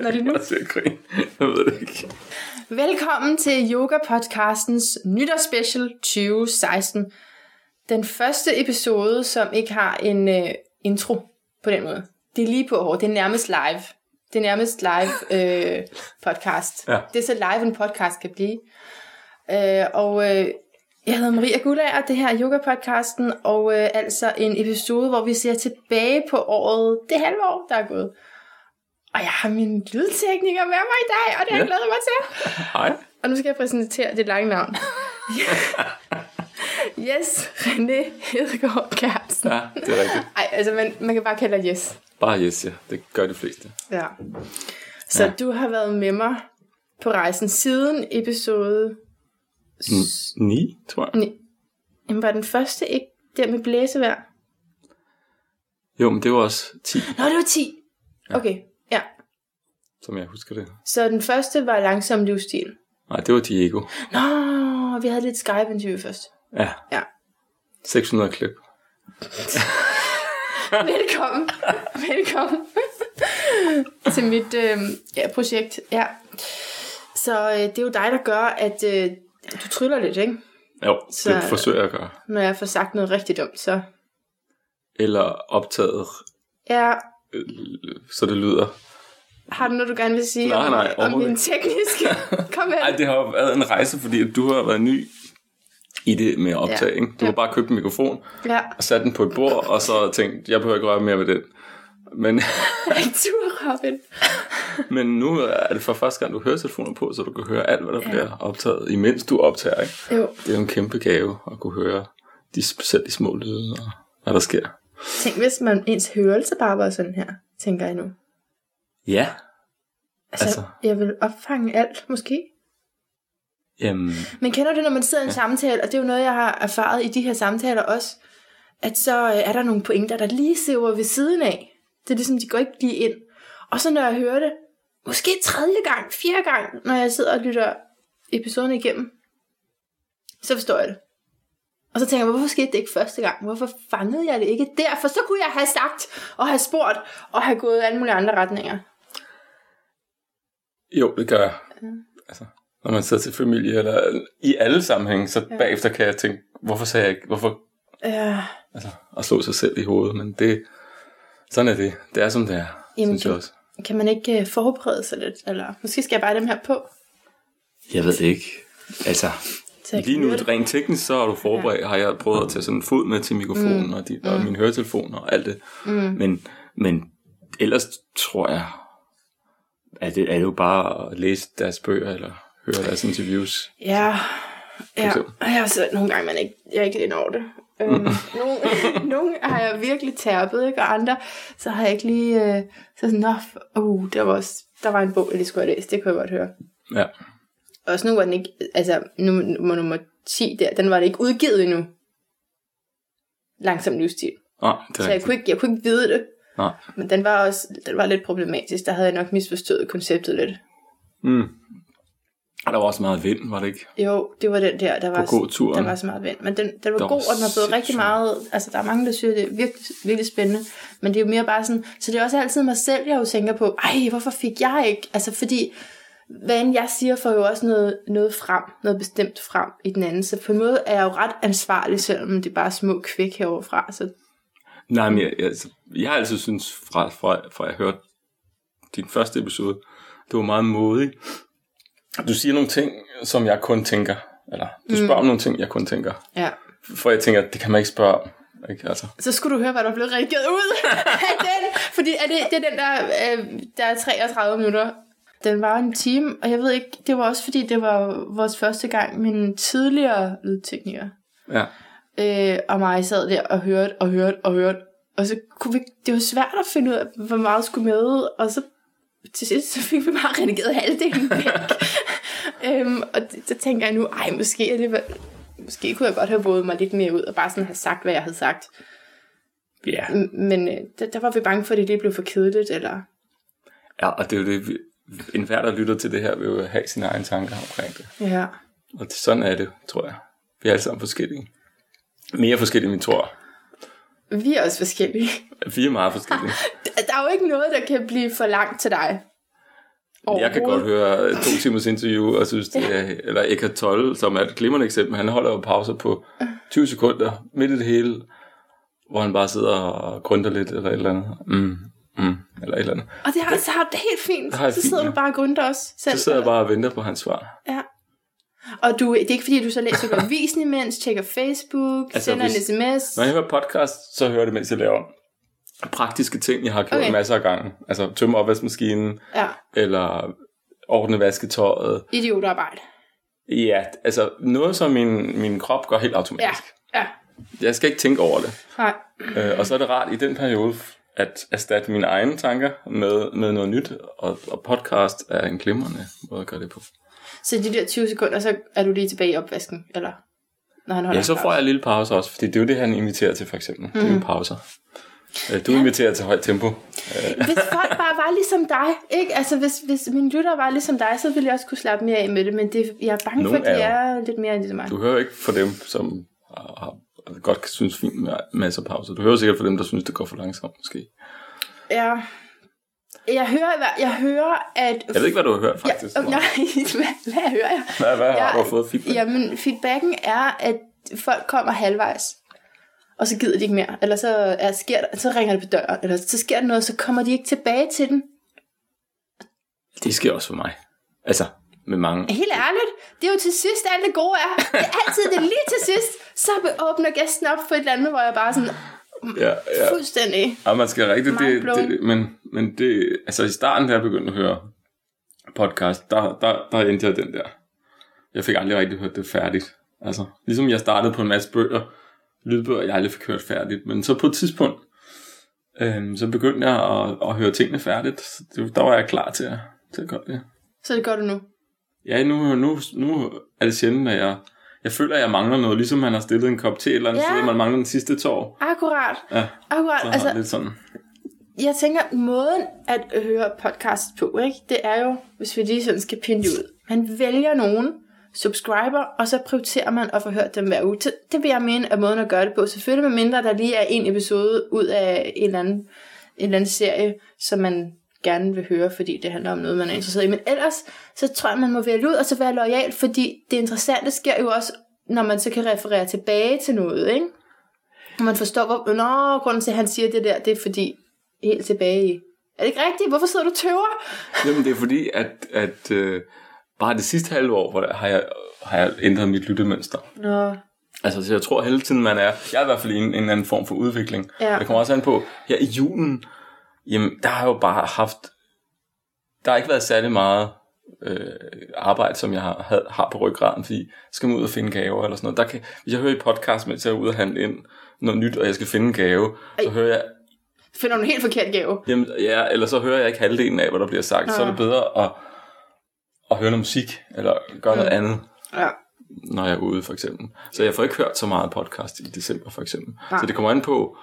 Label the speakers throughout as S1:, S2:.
S1: Når det nu.
S2: Jeg skal grine. Jeg ved det ikke.
S1: Velkommen til Yoga Podcastens nytårsspecial 2016. Den første episode, som ikke har en øh, intro på den måde. Det er lige på hårdt. Det er nærmest live. Det er nærmest live øh, podcast.
S2: Ja.
S1: Det er så live, en podcast kan blive. Øh, og øh, jeg hedder Maria Gullager, det her er Yoga-podcasten, og øh, altså en episode, hvor vi ser tilbage på året, det halve år, der er gået. Og jeg har min lydtekniker med mig i dag, og det har jeg
S2: Ja.
S1: glædet mig til.
S2: Hej.
S1: Og nu skal jeg præsentere det lange navn. yes, René Hedegaard Kærsen.
S2: Ja, det er rigtigt.
S1: Ej, altså man, man kan bare kalde dig Yes.
S2: Bare yes, ja. Det gør de fleste.
S1: Ja. Så
S2: Ja.
S1: ja. du har været med mig på rejsen siden episode... s-
S2: 9, tror jeg.
S1: Ni. Jamen var den første ikke der med blæsevejr?
S2: Jo, men det var også 10,
S1: Nå, det var 10. Okay, ja.
S2: som jeg husker det.
S1: Så den første var langsom livsstil.
S2: Nej, det var Diego.
S1: Nå, vi havde lidt Skype-interview først.
S2: Ja,
S1: Ja.
S2: 600 klip.
S1: Velkommen. Velkommen til mit øh, ja, projekt. Ja. Så øh, det er jo dig, der gør, at øh, du tryller lidt, ikke?
S2: Jo,
S1: Så-
S2: så... det forsøger jeg at gøre.
S1: Når jeg får sagt noget rigtig dumt, så...
S2: Eller optaget,
S1: Ja,
S2: øh, så det lyder.
S1: har du noget, du gerne vil sige
S2: Nej,
S1: om,
S2: nej,
S1: om
S2: overhovedet
S1: min
S2: ikke.
S1: tekniske? Kom her.
S2: Ej, det har jo været en rejse, fordi du har været ny i det med at optage.
S1: Ja.
S2: Ja. Ikke? Du har bare købt en mikrofon
S1: Ja,
S2: og sat den på et bord, og så tænkt, jeg behøver ikke røre mere ved den. Men,
S1: jeg tur, Robin.
S2: men nu er det for første gang, du hører telefoner på, så du kan høre alt, hvad der ja. bliver optaget, imens du optager. Ikke?
S1: Jo,
S2: Det er jo en kæmpe gave at kunne høre de, selv de små lyde og hvad der sker.
S1: tænk hvis man ens hørelse bare var sådan her, tænker jeg nu.
S2: Ja.
S1: Altså, altså.
S2: Altså.
S1: jeg vil opfange alt, måske.
S2: Jamen,
S1: Men kender du det, når man sidder i en ja. samtale, og det er jo noget, jeg har erfaret i de her samtaler også, at så øh, er der nogle pointer, der lige siver ved siden af. Det er ligesom, de går ikke lige ind. Og så når jeg hører det, måske tredje gang, fjerde gang, når jeg sidder og lytter episoden igennem, så forstår jeg det. Og så tænker jeg, hvorfor skete det ikke første gang? Hvorfor fangede jeg det ikke der? For så kunne jeg have sagt, og have spurgt, og have gået alle mulige andre retninger.
S2: jo, det gør jeg. Altså, når man sidder til familie, eller i alle sammenhænge, så ja. bagefter kan jeg tænke, hvorfor sagde jeg ikke, hvorfor
S1: Øh,
S2: altså, at slå sig selv i hovedet, men det, sådan er det. Det er, som det er,
S1: Jamen,
S2: Jamen, synes jeg
S1: det-
S2: også.
S1: kan man ikke øh, forberede sig lidt? Eller måske skal jeg bare have dem her på.
S2: Jeg ved det ikke. Altså,
S1: Så jeg
S2: lige
S1: kan
S2: nu
S1: høre det.
S2: rent teknisk, så har du forberedt, har jeg prøvet at tage sådan en fod med til mikrofonen mm. og, de, og mm. min høretelefon og alt det. Mm. Men, men ellers tror jeg, at det er jo bare at læse deres bøger eller høre deres interviews.
S1: Ja, ja.
S2: eksempel. Mm.
S1: Og jeg har så nogle gange, man ikke, jeg er ikke lige når det. Øhm, nogle, nogle har jeg virkelig tærpet, ikke? og andre, så har jeg ikke lige... Øh, så sådan, nå, f- uh, der var, også, der var en bog, jeg lige skulle have læst, det kunne jeg godt høre.
S2: Ja,
S1: Også nu var den ikke, altså nu, nummer, nummer 10 der, den var det ikke udgivet endnu. Langsom livsstil.
S2: ah, det er
S1: Så jeg
S2: rigtigt.
S1: kunne, ikke, jeg kunne ikke vide det,
S2: Nej.
S1: men den var også den var lidt problematisk. Der havde jeg nok misforstået konceptet lidt.
S2: Mm. Og der var også meget vind, var det ikke?
S1: Jo, det var den der, der var,
S2: På gåturen.
S1: der var så meget vand. Men den, den var
S2: Der var
S1: god, og den har fået rigtig
S2: sindssygt.
S1: meget... Altså, der er mange, der synes, det er virkelig, virkelig spændende. Men det er jo mere bare sådan... Så det er også altid mig selv, jeg jo tænker på, ej, hvorfor fik jeg ikke? Altså, fordi hvad end jeg siger, får jo også noget, noget frem, noget bestemt frem i den anden. Så på en måde er jeg jo ret ansvarlig, selvom det er bare små kvæk heroverfra. Så
S2: Nej, men jeg, jeg, altså, jeg har altid syntes, fra, fra, fra jeg hørte din første episode, det var meget modig. Du siger nogle ting, som jeg kun tænker. Eller du spørger om nogle ting, jeg kun tænker.
S1: ja.
S2: For jeg tænker, det kan man ikke spørge om. Ikke? Altså,
S1: Så skulle du høre, hvad der blev redigeret ud af den. Fordi er det, det er den der, øh, der er 33 minutter. Den var en time, og jeg ved ikke, det var også fordi, det var vores første gang, min tidligere lydtekniker
S2: ja.
S1: øh, og mig sad der og hørte og hørte og hørte. Og så kunne vi, det var svært at finde ud af, hvor meget skulle med, og så til sidst så fik vi bare redigeret halvdelen væk. øhm, og det, så tænker jeg nu, ej, måske er det vel- Måske kunne jeg godt have bådet mig lidt mere ud og bare sådan have sagt, hvad jeg havde sagt.
S2: Yeah.
S1: M- Men øh, der, der var vi bange for, at det lige blev for kedeligt, eller...
S2: ja. Og det er jo det, vi- enhver, der lytter til det her, vil jo have sine egne tanker omkring det.
S1: Ja.
S2: Og det, sådan er det, tror jeg. Vi er alle sammen forskellige. Mere forskellige, end vi tror.
S1: Vi er også forskellige.
S2: Fire meget forskellige.
S1: Der- Der er jo ikke noget, der kan blive for langt til dig. Ah.
S2: Jeg kan godt
S1: Overhovedet.
S2: høre to timers interview, og synes det er, eller Eckhart Tolle, som er et glimrende eksempel, han holder jo pauser på 20 sekunder, midt i det hele, hvor han bare sidder og grønter lidt, eller et eller andet. Mm, mm, eller et eller andet.
S1: Og det har, så har du det helt fint.
S2: Det har jeg
S1: så
S2: fint,
S1: sidder
S2: ja.
S1: du bare og grunter os selv.
S2: Så sidder jeg bare og venter på hans svar.
S1: Ja. Og du, det er ikke fordi, du så læser på avisen imens, tjekker Facebook, altså,
S2: Altså,
S1: sender
S2: hvis-
S1: en sms.
S2: Når jeg hører podcast, så hører jeg det, mens jeg laver praktiske ting, jeg har gjort
S1: Okay.
S2: okay. masser af gange. Altså tømme opvaskemaskinen,
S1: Ja,
S2: eller ordne vasketøjet.
S1: idiotarbejde.
S2: Ja, altså noget, som min, min krop gør helt
S1: Ja,
S2: automatisk.
S1: ja.
S2: Jeg skal ikke tænke over det.
S1: Nej.
S2: Øh, og så er det rart i den periode at erstatte mine egne tanker med, med noget nyt, og, og podcast er en glimrende måde at gøre det på.
S1: Så de der 20 sekunder, så er du lige tilbage i opvasken, eller? Når han holder
S2: Ja, så
S1: en
S2: får
S1: pause.
S2: jeg en lille pause også, fordi det er jo det, han inviterer til for eksempel. Det er
S1: Mhm.
S2: jo pauser. Øh, Du inviterer til højt tempo.
S1: Hvis folk bare var ligesom dig, ikke? Altså, hvis, hvis mine lytter var ligesom dig, så ville jeg også kunne slappe mere af med det, men det, jeg er bange
S2: Nogle
S1: for, at de
S2: er
S1: er lidt mere end det mig.
S2: Du hører ikke fra dem, som har, har, godt kan synes fint med masser af pauser. Du hører sikkert fra dem, der synes, det går for langsomt måske.
S1: Ja. Jeg hører, i hver- jeg hører, at...
S2: Jeg ved ikke, hvad du har hørt
S1: Ja,
S2: faktisk.
S1: øh, nej, hvad, hvad hører jeg?
S2: Hvad, hvad har du
S1: Jeg-
S2: fået feedback?
S1: Jamen, feedbacken er, at folk kommer halvvejs, og så gider de ikke mere. Eller så, er, sker der, så ringer det på døren, eller så sker der noget, så kommer de ikke tilbage til den.
S2: Det sker også for mig. Altså, med mange.
S1: Helt ærligt, det er jo til sidst, alt det gode er. Det er altid det er lige til sidst, så åbner gæsten op for et eller andet, hvor jeg bare sådan,
S2: Ja, ja.
S1: fuldstændig.
S2: Ja, man skal rigtig, det,
S1: Mindblown.
S2: det, men, men det, altså i starten, da jeg begyndte at høre podcast, der, der, der endte jeg den der. Jeg fik aldrig rigtig hørt det færdigt. Altså, ligesom jeg startede på en masse bøger, lydbøger, jeg aldrig fik hørt færdigt, men så på et tidspunkt, øhm, så begyndte jeg at, at høre tingene færdigt, så det, der var jeg klar til at, til at gøre det.
S1: Så det gør du nu.
S2: Ja, nu, nu, nu er det sjældent, at jeg, jeg føler, at jeg mangler noget, ligesom han har stillet en kop te et eller andet
S1: Ja.
S2: ja. sted, og man mangler den sidste tår.
S1: Akkurat.
S2: Ja,
S1: Akkurat.
S2: så altså,
S1: altså,
S2: lidt sådan.
S1: jeg tænker, måden at høre podcast på, ikke, det er jo, hvis vi lige sådan skal pinde det ud. Man vælger nogen, subscriber, og så prioriterer man at få hørt dem hver uge. Det- Det vil jeg mene er måden at gøre det på. Selvfølgelig med mindre, der lige er en episode ud af en eller anden, en eller anden serie, som man gerne vil høre, fordi det handler om noget, man er interesseret i. Men ellers, så tror jeg, man må vælge ud, og så være lojal, fordi det interessante sker jo også, når man så kan referere tilbage til noget, ikke? Og man forstår, hvor, nå, grunden til, at han siger det der, det er fordi, helt tilbage i. Er det ikke rigtigt? Hvorfor sidder du og tøver?
S2: Jamen, det er fordi, at, at øh, bare det sidste halve år, hvor der, har, jeg, har jeg ændret mit lyttemønster.
S1: Nå.
S2: Altså, så jeg tror hele tiden, man er... Jeg er i hvert fald i en, en eller anden form for udvikling.
S1: Ja.
S2: Det kommer også an på, her i julen, jamen, der har jeg jo bare haft... Der har ikke været særlig meget øh, arbejde, som jeg har, havde, har på ryggraden, fordi jeg skal ud og finde gaver eller sådan noget. Der kan, hvis jeg hører i podcast, mens jeg er ude og handle ind noget nyt, og jeg skal finde en gave, så hører jeg
S1: Finder du en helt forkert gave?
S2: Jamen, ja, eller så hører jeg ikke halvdelen af, hvad der bliver sagt. Ja. Så er det bedre at, at høre noget musik, eller gøre noget andet,
S1: Ja.
S2: når jeg er ude, for eksempel. Så jeg får ikke hørt så meget podcast i december, for eksempel.
S1: Nej.
S2: Så det kommer an på,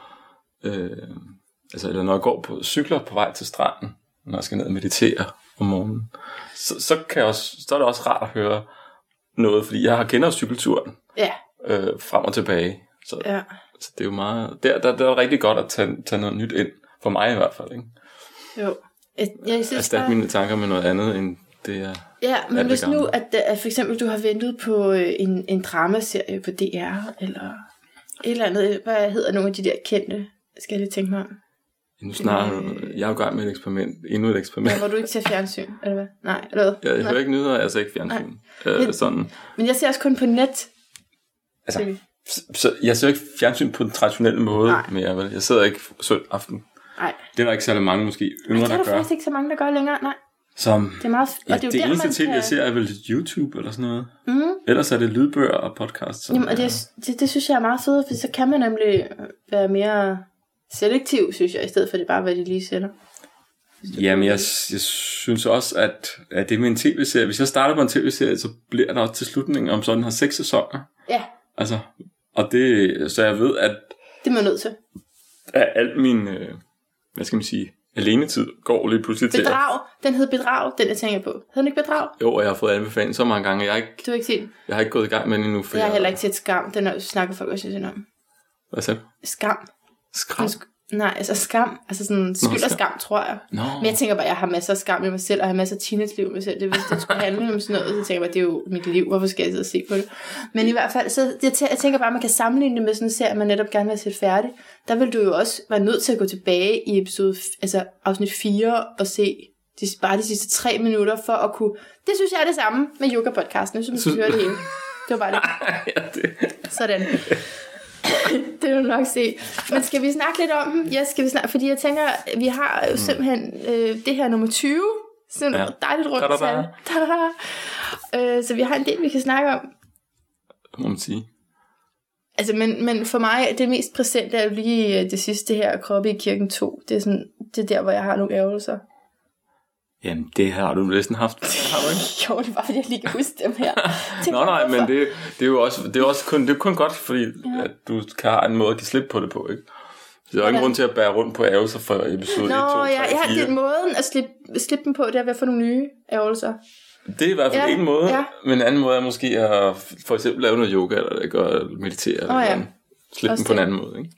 S2: øh, altså, eller når jeg går på cykler på vej til stranden, når jeg skal ned og meditere om morgenen, så, så, kan jeg også, så er det også rart at høre noget, fordi jeg har kender cykelturen
S1: Ja.
S2: øh, frem og tilbage. Så, ja.
S1: Ja.
S2: så det er jo meget... Der, der, der er det rigtig godt at tage, tage noget nyt ind, for mig i hvert fald, ikke?
S1: Jo. Jeg, jeg synes,
S2: erstatte
S1: bare,
S2: mine tanker med noget andet, end det jeg...
S1: ja, men
S2: alt
S1: hvis
S2: det gamle.
S1: nu, at, at for eksempel du har ventet på øh, en, en dramaserie på DR, eller et eller andet, øh, hvad hedder nogle af de der kendte, skal jeg lige tænke mig om.
S2: Nu snart, jeg er jo i gang med et eksperiment, endnu et eksperiment.
S1: Men Øh. hvor du ikke ser fjernsyn, eller hvad? Nej, eller hvad?
S2: Jeg
S1: Nej.
S2: hører ikke nyheder, jeg ser ikke fjernsyn. Øh, sådan.
S1: Men jeg ser også kun på net.
S2: Altså, s- så jeg ser ikke fjernsyn på den traditionelle måde
S1: Nej.
S2: mere, vel? Jeg sidder ikke søndag aften.
S1: Nej,
S2: Det er der ikke særlig mange måske
S1: det
S2: yngre,
S1: er
S2: der
S1: der
S2: gør.
S1: faktisk ikke så mange, der gør længere. Nej,
S2: Som,
S1: det er meget...
S2: ja,
S1: og det er jo
S2: det
S1: der,
S2: eneste
S1: man
S2: ting,
S1: kan...
S2: jeg ser, er vel YouTube eller sådan noget. Mm. Ellers er det lydbøger og podcast. Som,
S1: Jamen, og det, det, det synes jeg er meget fedt, for så kan man nemlig øh, være mere selektiv, synes jeg, i stedet for det bare, hvad de lige sender.
S2: Jamen, jeg, jeg synes også, at, at det med en tv-serie, hvis jeg starter på en tv-serie, så bliver der også til slutningen om sådan her seks sæsoner.
S1: Ja,
S2: Altså, og det, så jeg ved, at,
S1: det er man nødt til.
S2: at alt min, øh, hvad skal man sige, alenetid går lige pludselig til. at-
S1: Bedrag, den hed Bedrag, den jeg tænker på. Hed den ikke Bedrag?
S2: Jo, og jeg har fået anbefaling så mange gange, at jeg har ikke,
S1: Du har ikke set den.
S2: jeg har ikke gået i gang med den endnu. For
S1: Jeg har heller ikke set Skam, den er, snakker folk også lidt om.
S2: Hvad sagde du?
S1: Skam.
S2: Skram.
S1: Den sk- Nej, altså skam. Altså sådan skyld
S2: skam.
S1: og skam, tror jeg.
S2: Nå,
S1: Men jeg tænker bare, jeg har masser af skam i mig selv, og jeg har masser af teenage-liv i mig selv. Det, hvis det skulle handle om sådan noget, så tænker jeg bare, det er jo mit liv, hvorfor skal jeg sidde og se på det? Men i hvert fald, så jeg, tæ- jeg tænker bare, at man kan sammenligne det med sådan en serie, man netop gerne vil se færdig. Der vil du jo også være nødt til at gå tilbage i episode, f- altså afsnit 4 og se de, bare de sidste tre minutter for at kunne... Det synes jeg er det samme med yoga-podcasten. Jeg synes, man skal
S2: Synes-
S1: høre det hele. Det var bare det.
S2: ja, det.
S1: Sådan. det vil du nok se. Men skal vi snakke lidt om dem? Ja, skal vi snakke, fordi jeg tænker, vi har jo simpelthen øh, det her nummer 20. Sådan ja.
S2: Mm. Ja.
S1: dejligt rundt.
S2: Da-da-da.
S1: tal. Da-da-da. Øh, så vi har en del, vi kan snakke om.
S2: må man sige.
S1: Altså, men, men for mig, det mest præsente er jo lige øh, det sidste her, Kroppe i kirken 2. Det er, sådan, det er der, hvor jeg har nogle ærgelser.
S2: Jamen, det har du næsten haft. Har du ikke?
S1: Jo, det var, fordi jeg lige kan huske dem her. Tænk,
S2: Nå nej, men
S1: hvorfor?
S2: det, det er jo også, det er også kun, det er kun godt, fordi ja. at du kan have en måde at give slip på det på, ikke? Så der er jo
S1: Hvordan?
S2: ingen grund til at bære rundt på ærgelser for episode 1, 2, 3,
S1: Nå, ja, ja, det
S2: 4.
S1: er måden at slippe, slippe dem på, det er ved at få nogle nye ærgelser.
S2: Det er i hvert fald
S1: Ja,
S2: ja, en måde,
S1: ja.
S2: ja. men en anden måde er måske at for eksempel lave noget yoga, eller det gør eller meditere, eller
S1: Åh, ja.
S2: ja. slippe
S1: Også
S2: den på en
S1: det.
S2: anden måde. Ikke?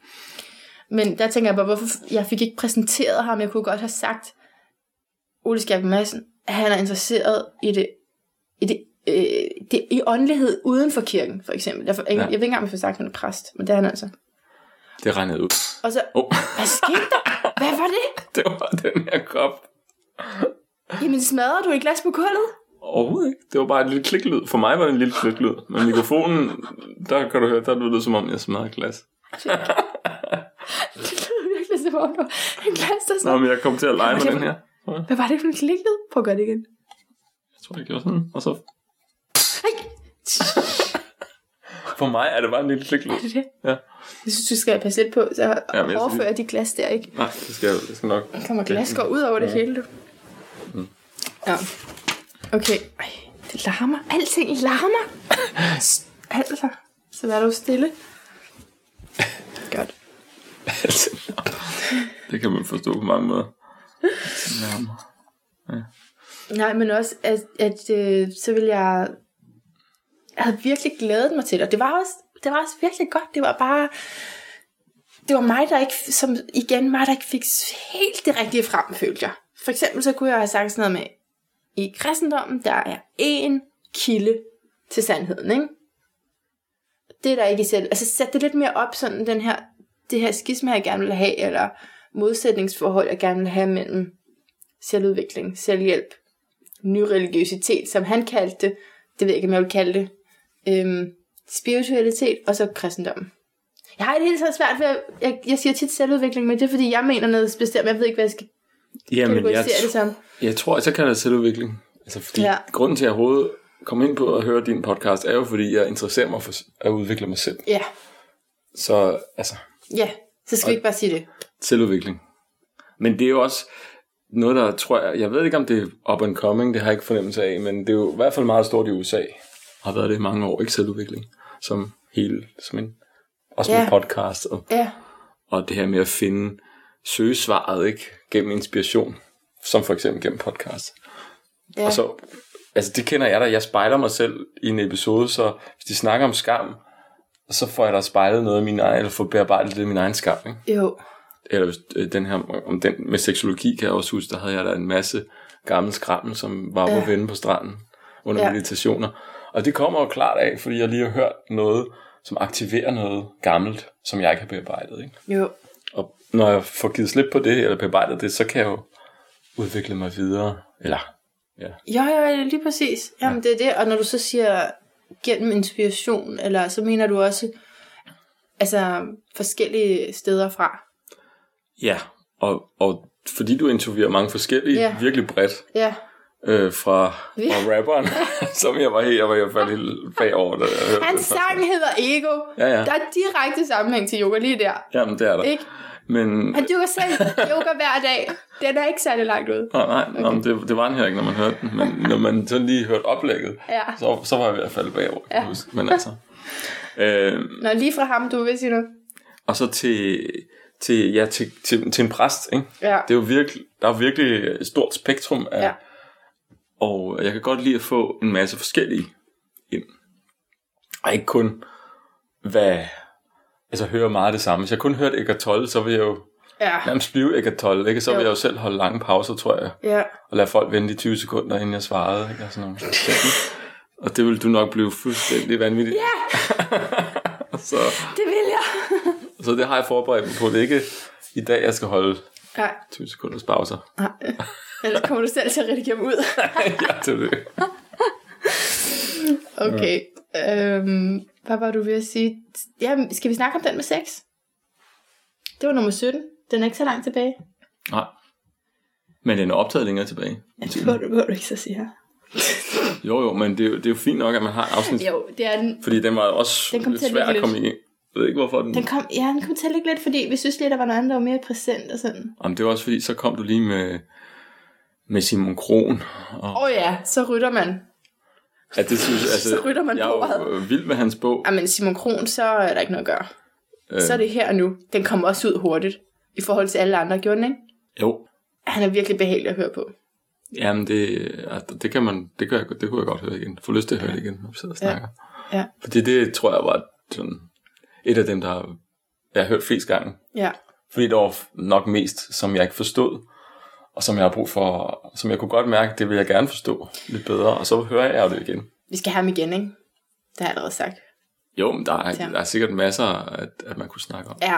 S1: Men der tænker jeg bare, hvorfor jeg fik ikke præsenteret ham. Jeg kunne godt have sagt, Ole Skjærk Madsen, at han er interesseret i det, i det, øh, det i åndelighed uden for kirken, for eksempel. Jeg, for, jeg, jeg ved ikke engang, om jeg får sagt, at han er præst, men det er han altså.
S2: Det regnede ud.
S1: Og så,
S2: Oh,
S1: hvad skete der? Hvad var det?
S2: det var den her kop.
S1: Jamen, smadrer du et glas på gulvet?
S2: Overhovedet ikke. Det var bare et lille kliklyd. For mig var det en lille kliklyd. Men mikrofonen, der kan du høre, der lyder det som om, jeg smadrer et glas.
S1: Det lyder virkelig som om, det var et glas, der
S2: Nå,
S1: sådan.
S2: men jeg kom til at lege med
S1: det-
S2: den her. tror jeg.
S1: Hvad var det for en kliklyd? Prøv at gøre det igen.
S2: Jeg tror, jeg gjorde sådan. Og så
S1: Ej,
S2: for mig er det bare en lille kliklyd.
S1: er det det?
S2: Ja.
S1: Jeg synes, du skal passe lidt på, så
S2: Jamen, jeg-
S1: overfører de glas der, ikke?
S2: Nej, det skal, det skal nok.
S1: Der kommer glas går ud over det hele, du. Ja. Okay. Ej, det larmer. Alting larmer. S- altså. Så vær du stille. Godt.
S2: Det kan man forstå på mange måder.
S1: Nej, men også, at, at øh, så vil jeg... Jeg havde virkelig glædet mig til det, og det var også, det var også virkelig godt. Det var bare... Det var mig, der ikke, som igen, mig, der ikke fik helt det rigtige frem, følte jeg. For eksempel så kunne jeg have sagt sådan noget med, i kristendommen, der er én kilde til sandheden, ikke? Det er der ikke i selv. Altså sæt det lidt mere op, sådan den her, det her skisme, jeg gerne vil have, eller modsætningsforhold, jeg gerne vil have mellem selvudvikling, selvhjælp, nyreligiøsitet, som han kaldte det. Det ved jeg ikke, om jeg vil kalde det. Øhm, spiritualitet og så kristendommen. Jeg har i det hele taget svært ved, at, jeg, jeg siger tit selvudvikling, men det er fordi, jeg mener noget bestemt, jeg ved ikke, hvad jeg skal
S2: Jamen, jeg,
S1: kategorisere det som.
S2: jeg tror, så kan det selvudvikling. Altså, fordi
S1: Ja.
S2: ja. grunden til, at jeg overhovedet kom ind på at høre din podcast, er jo, fordi jeg interesserer mig for at udvikle mig selv.
S1: Ja,
S2: Så, altså,
S1: ja, så skal vi ikke bare sige det.
S2: selvudvikling. Men det er jo også noget, der tror jeg, jeg ved ikke om det er up and coming, det har jeg ikke fornemmelse af, men det er jo i hvert fald meget stort i USA. Har været det i mange år, ikke selvudvikling, som hele, som en, også med
S1: Ja.
S2: podcast og,
S1: Ja,
S2: og det her med at finde, søge svaret, ikke, gennem inspiration, som for eksempel gennem podcast.
S1: ja.
S2: Og så, altså det kender jeg da, jeg spejler mig selv i en episode, så hvis de snakker om skam, så får jeg da spejlet noget af min egen, eller får bearbejdet lidt af min egen skam, ikke?
S1: jo.
S2: eller hvis, øh, den her, om den med seksologi kan jeg også huske, der havde jeg da en masse gammel skrammel, som var på
S1: Ja.
S2: ja. vende på stranden under
S1: Ja.
S2: ja. meditationer. Og det kommer jo klart af, fordi jeg lige har hørt noget, som aktiverer noget gammelt, som jeg ikke har bearbejdet. Ikke?
S1: Jo,
S2: Og når jeg får givet slip på det, eller bearbejdet det, så kan jeg jo udvikle mig videre. Eller, ja.
S1: jo, jo, lige præcis. Jamen, det er det. Og når du så siger gennem inspiration, eller så mener du også altså forskellige steder fra.
S2: Ja, og, og fordi du interviewer mange forskellige,
S1: Ja.
S2: ja. virkelig bredt,
S1: Ja,
S2: øh, fra,
S1: Ja.
S2: fra rapperen, som jeg var helt, jeg var i hvert fald helt bagover. Da jeg hørte det
S1: hans
S2: første
S1: sang hedder Ego.
S2: Ja, ja.
S1: Der er direkte sammenhæng til yoga lige der.
S2: Jamen, det er der.
S1: Ikke?
S2: Men,
S1: Han dyrker selv yoga hver dag. Den er ikke særlig langt ud.
S2: nej, nej, okay. men det, det var den her ikke, når man hørte den. Men når man så lige hørte oplægget,
S1: Ja.
S2: så, så var jeg ved at falde bagover, ja. jeg huske. Men altså... Øh,
S1: Nå, lige fra ham, du vil sige noget.
S2: og så til, til, ja, til, til, til en præst, ikke?
S1: Ja.
S2: Det er jo virkelig, der er jo virkelig et stort spektrum af...
S1: Ja.
S2: Ja. Og jeg kan godt lide at få en masse forskellige ind. Og ikke kun, hvad... Altså, høre meget af det samme. Hvis jeg kun hørte Eckhart Tolle, så ville jeg jo
S1: Ja.
S2: nærmest blive ikke at tolde, ikke? Så
S1: Jo.
S2: vil jeg jo selv holde lange pauser, tror jeg.
S1: Ja.
S2: Og lade folk vente i 20 sekunder, inden jeg svarede, ikke? Og sådan nogle ting. Og det ville du nok blive fuldstændig vanvittig. Ja! så,
S1: Det vil jeg.
S2: så det har jeg forberedt mig på. Det er ikke i dag, jeg skal holde
S1: Nej,
S2: 20 sekunders pauser.
S1: nej. Ellers kommer du selv til at redigere dem ud.
S2: ja, det er det.
S1: Okay. Øhm, hvad var du ved at sige? Ja, skal vi snakke om den med sex? Det var nummer 17. Den er ikke så langt tilbage.
S2: Nej. Men den er optaget længere tilbage.
S1: Jeg tror, det behøver du ikke så sige her.
S2: Jo, jo, men det er jo, det er jo fint nok, at man har et afsnit.
S1: Jo, det er den.
S2: Fordi den var også
S1: Den kom
S2: lidt
S1: til at
S2: svær
S1: ligge
S2: at komme ind. Jeg ved ikke, hvorfor den...
S1: Den kom, ja, den kom til at ligge lidt, fordi vi synes lidt, der var noget andet, der var mere præsent og sådan.
S2: Jamen, det var også fordi, så kom du lige med, med Simon Kron. Og,
S1: Åh oh ja, så rytter man.
S2: ja, det synes, jeg- altså,
S1: Så rytter man
S2: jeg er jo
S1: bordet.
S2: øh, vild med hans bog.
S1: Jamen Ah, Simon Kron, så er der ikke noget at gøre.
S2: Øh.
S1: Så er det her og nu. Den kommer også ud hurtigt. I forhold til alle andre, gjorde den, ikke?
S2: Øh, Jo,
S1: Han er virkelig behagelig at høre på.
S2: jamen det, altså, det kan man, det, kan jeg, det kunne jeg godt høre igen. Få lyst til at høre det igen, når vi sidder og snakker.
S1: Ja.
S2: Fordi det tror jeg var sådan, et af dem, der har- jeg har hørt flest gange.
S1: Ja.
S2: Fordi det var f- nok mest, som jeg ikke forstod, og som jeg har brug for, som jeg kunne godt mærke, det vil jeg gerne forstå lidt bedre, og så hører jeg det igen.
S1: Vi skal have ham igen, ikke? Det har jeg allerede sagt.
S2: Jo, men der
S1: Ja.
S2: er, der er sikkert masser, at, at man kunne snakke om.
S1: Ja.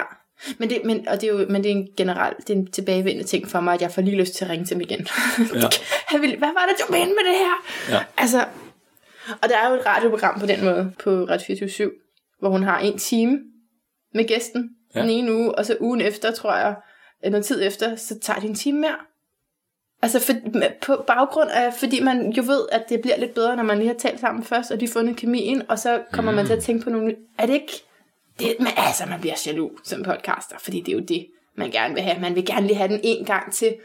S1: Men det, men, og det er jo, men det er en generelt det er en tilbagevendende ting for mig, at jeg får lige lyst til at ringe til ham igen.
S2: Ja.
S1: Han ville, hvad var det, du mente med det her?
S2: Ja.
S1: Altså, og der er jo et radioprogram på den måde på Ret 24 hvor hun har en time med gæsten ja.
S2: Ja.
S1: den ene uge, og så ugen efter, tror jeg, eller noget tid efter, så tager de en time mere. Altså for, med- på baggrund af, fordi man jo ved, at det bliver lidt bedre, når man lige har talt sammen først, og de har fundet kemien, og så kommer mm. man til at tænke på nogle... Er det ikke... Det, men altså, man bliver jaloux som podcaster, fordi det er jo det, man gerne vil have. Man vil gerne lige have den en gang til,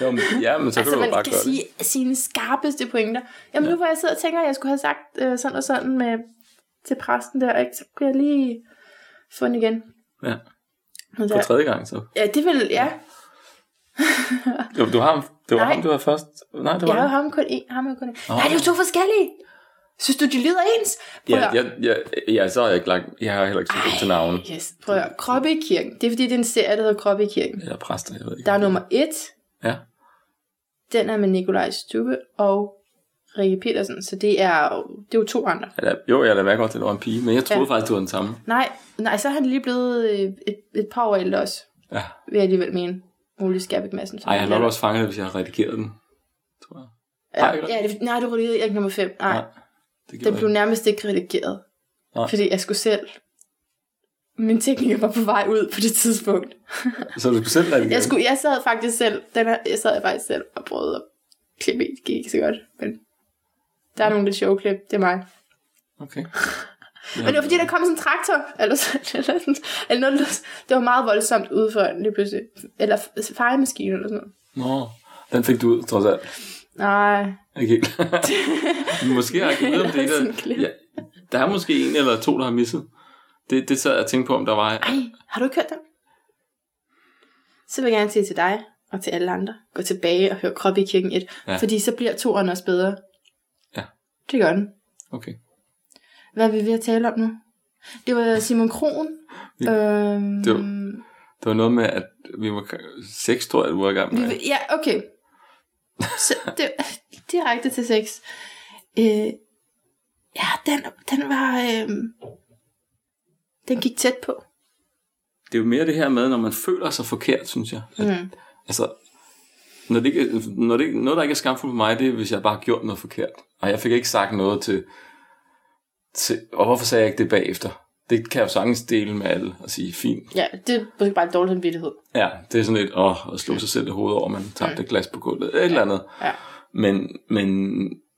S2: Jo, men, ja, men så kan
S1: Altså,
S2: du jo bare
S1: man
S2: gøre
S1: kan
S2: det.
S1: sige sine skarpeste pointer. Jamen, ja. nu hvor jeg sidder og tænker, at jeg skulle have sagt øh, sådan og sådan med, til præsten der, ikke? så kunne jeg lige få den igen.
S2: Ja,
S1: Og
S2: på
S1: Der,
S2: tredje gang så.
S1: ja, det vil ja.
S2: Jo, du har ham, det var
S1: Nej.
S2: ham, du var først. Nej, det
S1: Jeg
S2: var
S1: har jo
S2: ham.
S1: ham kun en. Ham er kun en. Nej, det er jo to forskellige. Synes du, de lyder ens? Prøv
S2: Ja,
S1: at-
S2: ja, ja, ja, så har jeg ikke lagt, jeg har heller ikke søgt til navne.
S1: Yes, prøv at høre. Kroppe i kirken. Det er fordi, det er en serie, der hedder Kroppe i kirken.
S2: Eller præster, jeg ved ikke.
S1: Der er nummer et.
S2: Ja,
S1: Den er med Nikolaj Stubbe og Rikke Petersen. Så det er, jo- det er jo to andre.
S2: eller, jo, jeg lader være godt, at det var en pige, men jeg troede
S1: Ja.
S2: faktisk, det var den samme.
S1: Nej, nej, så er han lige blevet øh, et, et par år ældre også,
S2: Ja.
S1: vil jeg alligevel mene. Ole Skærbæk Madsen. som
S2: Ej, jeg har nok
S1: kalder-
S2: også fanget det, hvis jeg har redigeret den, tror jeg. Nej, ikke
S1: Ja, ja, det, nej, du redigerede ikke nummer 5. Nej, nej
S2: det
S1: den
S2: gjorde
S1: blev
S2: jeg.
S1: nærmest ikke redigeret. Nej.
S2: Nej.
S1: Fordi jeg skulle selv... Min tekniker var på vej ud på det tidspunkt.
S2: ikke. Så du skulle selv redigere
S1: Jeg, skulle, jeg sad faktisk selv, den her, jeg sad faktisk selv og prøvede at klippe i. Det gik ikke så godt, men der er nogle lidt sjove klip, det er mig.
S2: den? Okay.
S1: Men det var fordi, der kom sådan en traktor, eller, sådan, eller, sådan, eller noget, det var meget voldsomt ude for lige pludselig. Eller f- fejemaskine eller sådan noget.
S2: Nå, den fik du ud, trods alt.
S1: Nej,
S2: Ikke helt. måske har jeg ikke ved, om det
S1: Eller sådan en
S2: er
S1: klip.
S2: der. Ja, der er måske en eller to, der har misset. Det, det sad jeg og tænkte på, om der var...
S1: Ej, har du ikke hørt den? Så vil jeg gerne sige til dig og til alle andre, gå tilbage og hør Krop i kirken 1, ja.
S2: Ja.
S1: fordi så bliver toeren også bedre.
S2: Ja.
S1: Det gør den.
S2: Okay.
S1: Hvad er vi ved at tale om nu? Det var Simon Kron.
S2: Ja.
S1: Øhm,
S2: Det var- Det var noget med, at vi var seks, tror jeg, du var i gang
S1: vi,
S2: med.
S1: vil- ja, okay. Så det, direkte til sex. Øh, ja, den, den var... Øh, den gik tæt på.
S2: Det er jo mere det her med, når man føler sig forkert, synes jeg. At,
S1: Mm.
S2: Altså, når det, ikke, når det, ikke- noget, der ikke er skamfuldt for mig, det er, hvis jeg bare har gjort noget forkert. Og jeg fik ikke sagt noget til, til... Og hvorfor sagde jeg ikke det bagefter? Det kan jeg jo sagtens dele med alle og sige, fint,
S1: Ja, det er måske bare en dårlig samvittighed.
S2: Ja, det er sådan lidt, åh, at slå sig selv i hovedet over, man tabte et glas på gulvet, et eller andet.
S1: Ja.
S2: Men, men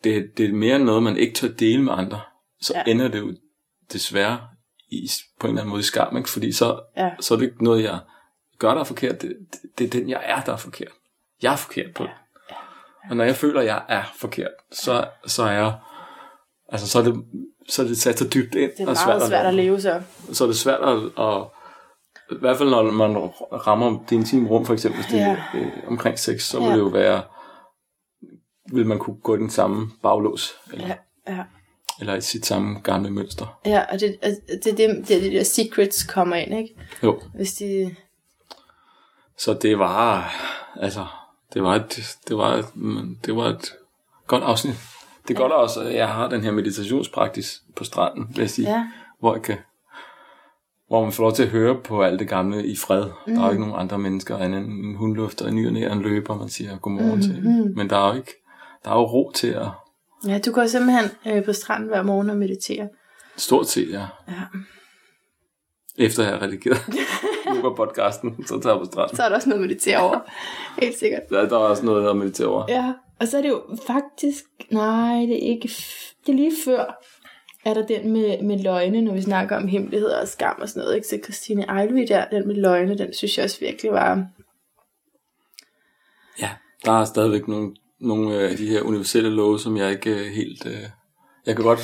S2: det, det er mere noget, man ikke tør dele med andre. Så
S1: Ja.
S2: ja. ender det jo desværre i, på en eller anden måde i skam, ikke? fordi så,
S1: Ja.
S2: så er det ikke noget, jeg gør, der er forkert. Det, det, det er den, jeg er, der er forkert. Jeg er forkert på det. Og når jeg føler, at jeg er forkert, så, så er jeg... Altså, så er det, så er det sat så dybt ind.
S1: Det
S2: og
S1: er meget svært at leve så.
S2: så er det svært at, at i hvert fald når man rammer det intime rum, for eksempel, hvis det er øh, omkring sex, så vil
S1: Ja.
S2: det jo være, vil man kunne gå i den samme baglås, eller,
S1: Ja,
S2: ja.
S1: ja.
S2: eller i sit samme gamle mønster.
S1: Ja, og det, og det, er det, det, er det der secrets kommer ind, ikke?
S2: Jo,
S1: Hvis de...
S2: Så det var, altså, det var et, det var et, men det var et godt afsnit. Det er godt også, at jeg har den her meditationspraktis på stranden, vil jeg sige,
S1: Ja.
S2: hvor jeg kan hvor man får lov til at høre på alt det gamle i fred. Mm. Der er jo ikke nogen andre mennesker end en hundluft og en ny og næ og en løber, man siger godmorgen mm. til. Men der er jo ikke, der er jo ro til at
S1: Ja, du går simpelthen øh, på stranden hver morgen og mediterer.
S2: stort set, ja.
S1: Ja.
S2: Efter jeg har redigeret yoga-podcasten, så tager jeg på stranden.
S1: Så er der også noget at meditere over. Helt sikkert.
S2: Der, der er også noget at meditere over.
S1: Ja, og så er det jo faktisk... Nej, det er ikke... f- Det er lige før, er der den med, med løgne, når vi snakker om hemmeligheder og skam og sådan noget. Ikke? Så Christine Ejlvi der, den med løgne, den synes jeg også virkelig var...
S2: Ja, der er stadigvæk nogle, nogle af de her universelle love, som jeg ikke øh, helt... Øh, jeg kan godt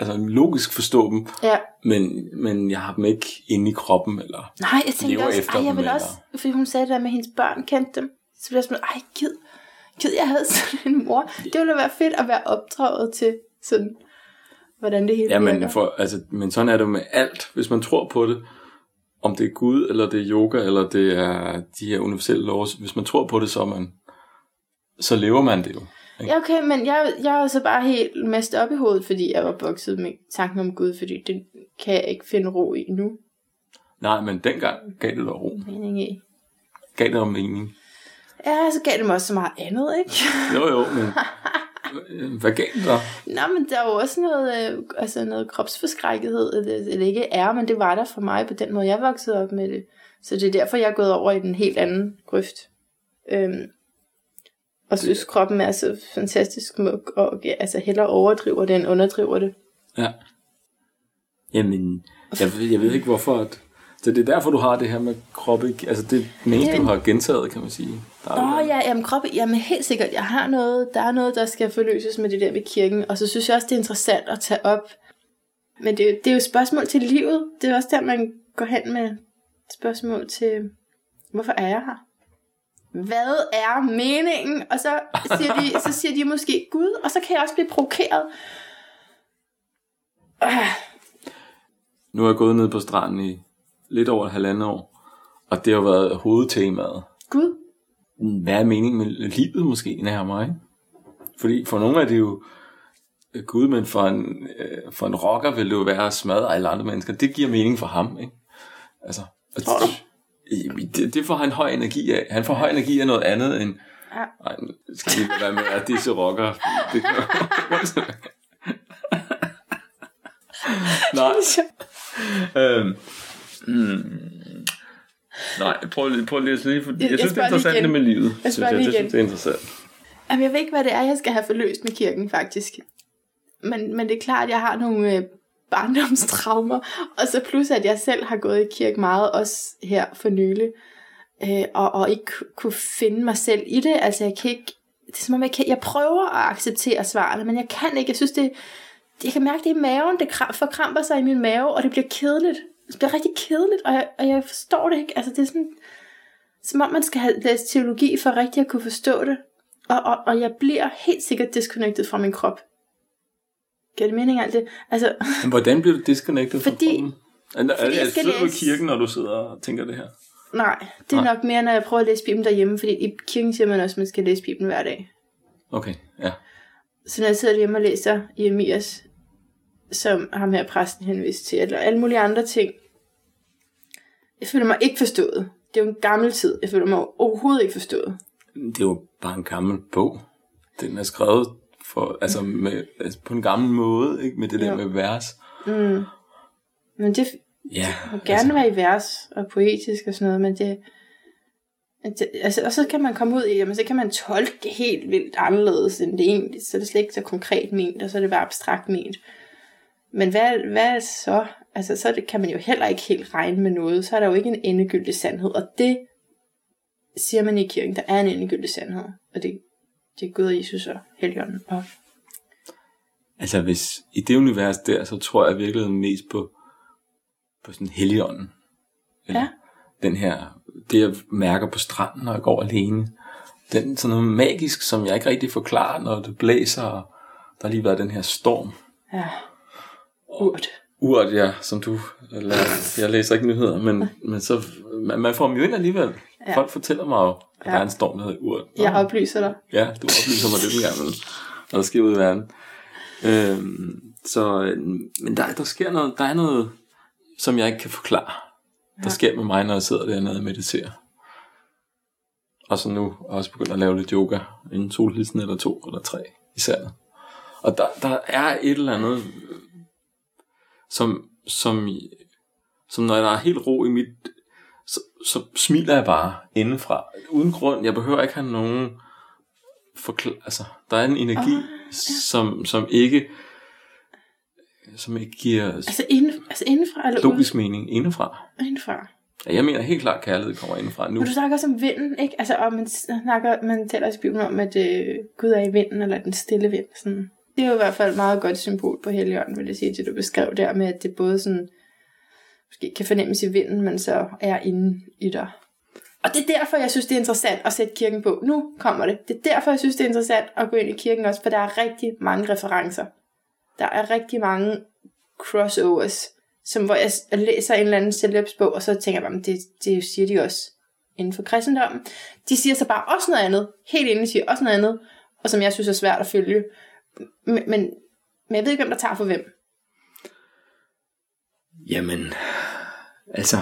S2: altså, logisk forstå dem,
S1: Ja,
S2: men, men jeg har dem ikke inde i kroppen. Eller,
S1: Nej, jeg tænkte
S2: lever
S1: også,
S2: efter
S1: ej, jeg
S2: dem,
S1: vil
S2: eller-
S1: også, fordi hun sagde det der med, at hendes børn kendte dem. Så blev jeg sådan, ej, gid, gid, jeg havde sådan en mor. Det ville da være fedt at være opdraget til sådan, hvordan det hele
S2: ja, men,
S1: virker.
S2: for, altså, men sådan er det med alt. Hvis man tror på det, om det er Gud, eller det er yoga, eller det er de her universelle love, hvis man tror på det, så, er man, så lever man det jo.
S1: Ja, okay, men jeg, jeg er så bare helt mest op i hovedet, fordi jeg var bokset med tanken om Gud, fordi det kan jeg ikke finde ro i nu.
S2: Nej, men dengang gav det dig ro.
S1: Mening i.
S2: Gav det dig mening.
S1: Ja, så gav det mig også så meget andet, ikke?
S2: Jo, jo, men hvad gav det dig?
S1: Nå, men der er jo også noget, øh, altså noget kropsforskrækkethed, eller, eller ikke er, men det var der for mig på den måde, jeg voksede op med det. Så det er derfor, jeg er gået over i den helt anden grøft. Øhm, og synes, kroppen er så fantastisk smuk, og ja, altså hellere overdriver det, end underdriver det.
S2: Ja. Jamen, jeg, ved- jeg ved ikke hvorfor. At, så det er derfor, du har det her med kroppe. ikke? Altså, det er den eneste, du
S1: Jamen.
S2: har gentaget, kan man sige. Der er
S1: Åh
S2: jo-
S1: oh, ja, jamen kroppen, jamen helt sikkert, jeg har noget, der er noget, der skal forløses med det der ved kirken, og så synes jeg også, det er interessant at tage op. Men det, er jo- det er jo et spørgsmål til livet, det er også der, man går hen med et spørgsmål til, hvorfor er jeg her? Hvad er meningen? Og så siger de, så siger de måske Gud, og så kan jeg også blive provokeret.
S2: Nu er jeg gået ned på stranden i lidt over et halvandet år, og det har været hovedtemaet.
S1: Gud?
S2: Hvad er meningen med livet måske nærmere, ikke? Fordi for nogle er det jo, gud, men for en, øh, for en rocker vil det jo være at smadre alle andre mennesker. Det giver mening for ham, ikke? Altså, og
S1: Tror du?
S2: Jamen, det, det får han høj energi af. Han får høj energi af noget andet end...
S1: Ja.
S2: Ej, nu skal vi lade være med at disse rocker. Det kan... Nej, øhm. mm. Nej, prøv, lige- prøv lige at sige, for jeg,
S1: jeg
S2: jeg synes, det er
S1: spørger lige
S2: interessant
S1: igen.
S2: det med livet.
S1: Jeg
S2: synes
S1: spørger lige
S2: det,
S1: igen.
S2: synes, det er interessant.
S1: Jamen, jeg ved ikke, hvad det er, jeg skal have forløst med kirken, faktisk. Men, men det er klart, at jeg har nogle øh, barndomstraumer, og så plus, at jeg selv har gået i kirke meget, også her for nylig, øh, og, og ikke ku- kunne finde mig selv i det. Altså, jeg kan ikke... Det er som om, jeg, kan, jeg prøver at acceptere svarene, men jeg kan ikke. Jeg synes, det... Jeg kan mærke det i maven, det kram- forkramper sig i min mave, og det bliver kedeligt. Det bliver rigtig kedeligt, og jeg, og jeg forstår det ikke. Altså, det er sådan... Som om man skal have læst teologi for rigtig at kunne forstå det. Og, og, og jeg bliver helt sikkert disconnected fra min krop. Giver det mening alt det? Altså,
S2: Men hvordan bliver du disconnected
S1: Fordi-
S2: fra kroppen? Er, er,
S1: fordi jeg
S2: er,
S1: skal
S2: sidder du i
S1: læse-
S2: kirken, når du sidder og tænker det her?
S1: nej, det er
S2: Nej.
S1: nok mere, når jeg prøver at læse Bibelen derhjemme, fordi i kirken siger man også, at man skal læse Bibelen hver dag.
S2: Okay, ja.
S1: Så når jeg sidder hjemme og læser Jeremias, som ham her præsten henviste til, eller alle mulige andre ting, jeg føler mig ikke forstået. Det er jo en gammel tid. Jeg føler mig overhovedet ikke forstået.
S2: Det er jo bare en gammel bog. Den er skrevet for, altså med, altså på en gammel måde, ikke? med det der
S1: Jo.
S2: med vers.
S1: Men det,
S2: Ja, altså-
S1: må gerne være i vers og poetisk og sådan noget, men det... at det- Altså, og så kan man komme ud i det, men så kan man tolke helt vildt anderledes end det egentlig, så er det slet ikke så konkret ment, og så er det bare abstrakt ment. Men hvad, hvad så? Altså, så er det, kan man jo heller ikke helt regne med noget, så er der jo ikke en endegyldig sandhed, og det siger man i kirken, der er en endegyldig sandhed, og det, det er Gud og Jesus og Helligånden. Og,
S2: Altså hvis i det univers der, så tror jeg virkelig mest på, på sådan heligånden. Eller
S1: Ja.
S2: Den her, det jeg mærker på stranden, når jeg går alene. Den sådan noget magisk, som jeg ikke rigtig forklarer, når det blæser. og Der har lige været den her storm.
S1: ja, urt.
S2: øh, Urt, ja, som du, eller jeg læser ikke nyheder, men, men så, man, man får dem jo ind alligevel. Ja. Folk fortæller mig jo, at ja. der er en storm, der hedder Urt. Nå,
S1: Jeg oplyser dig.
S2: Ja, du oplyser mig lidt en gang imellem, når der sker ud i verden. Øhm, så, øh, men der, der sker noget, der er noget, som jeg ikke kan forklare. Ja. Der sker med mig, når jeg sidder dernede og mediterer. Og så nu også begyndt at lave lidt yoga. En solhilsen eller to eller tre i sandet. Og der, der er et eller andet, øh, som, som, som når der er helt ro i mit, så, så smiler jeg bare indenfra. Uden grund, jeg behøver ikke have nogen forkl- altså, der er en energi, oh, ja. som, som ikke som ikke giver
S1: Altså, inden, altså indenfra eller ud?
S2: logisk mening indefra.
S1: Indenfra.
S2: Ja, jeg mener helt klart, at kærlighed kommer indefra nu.
S1: Men du snakker også om vinden, ikke? Altså, og man snakker, man taler også i Bibelen om, at øh, Gud er i vinden, eller den stille vind. Sådan. Det er jo i hvert fald et meget godt symbol på Helligånden, vil jeg sige, det du beskrev der med, at det både sådan, måske kan fornemmes i vinden, men så er inde i dig. Og det er derfor, jeg synes, det er interessant at sætte kirken på. Nu kommer det. Det er derfor, jeg synes, det er interessant at gå ind i kirken også, for der er rigtig mange referencer. Der er rigtig mange crossovers, som hvor jeg s- læser en eller anden selvhjælpsbog, og så tænker jeg, "Jamen, det, det siger de også inden for kristendommen. De siger så bare også noget andet. Helt inden siger også noget andet, og som jeg synes er svært at følge. Men, men, men jeg ved ikke, hvem der tager for hvem.
S2: Jamen, altså,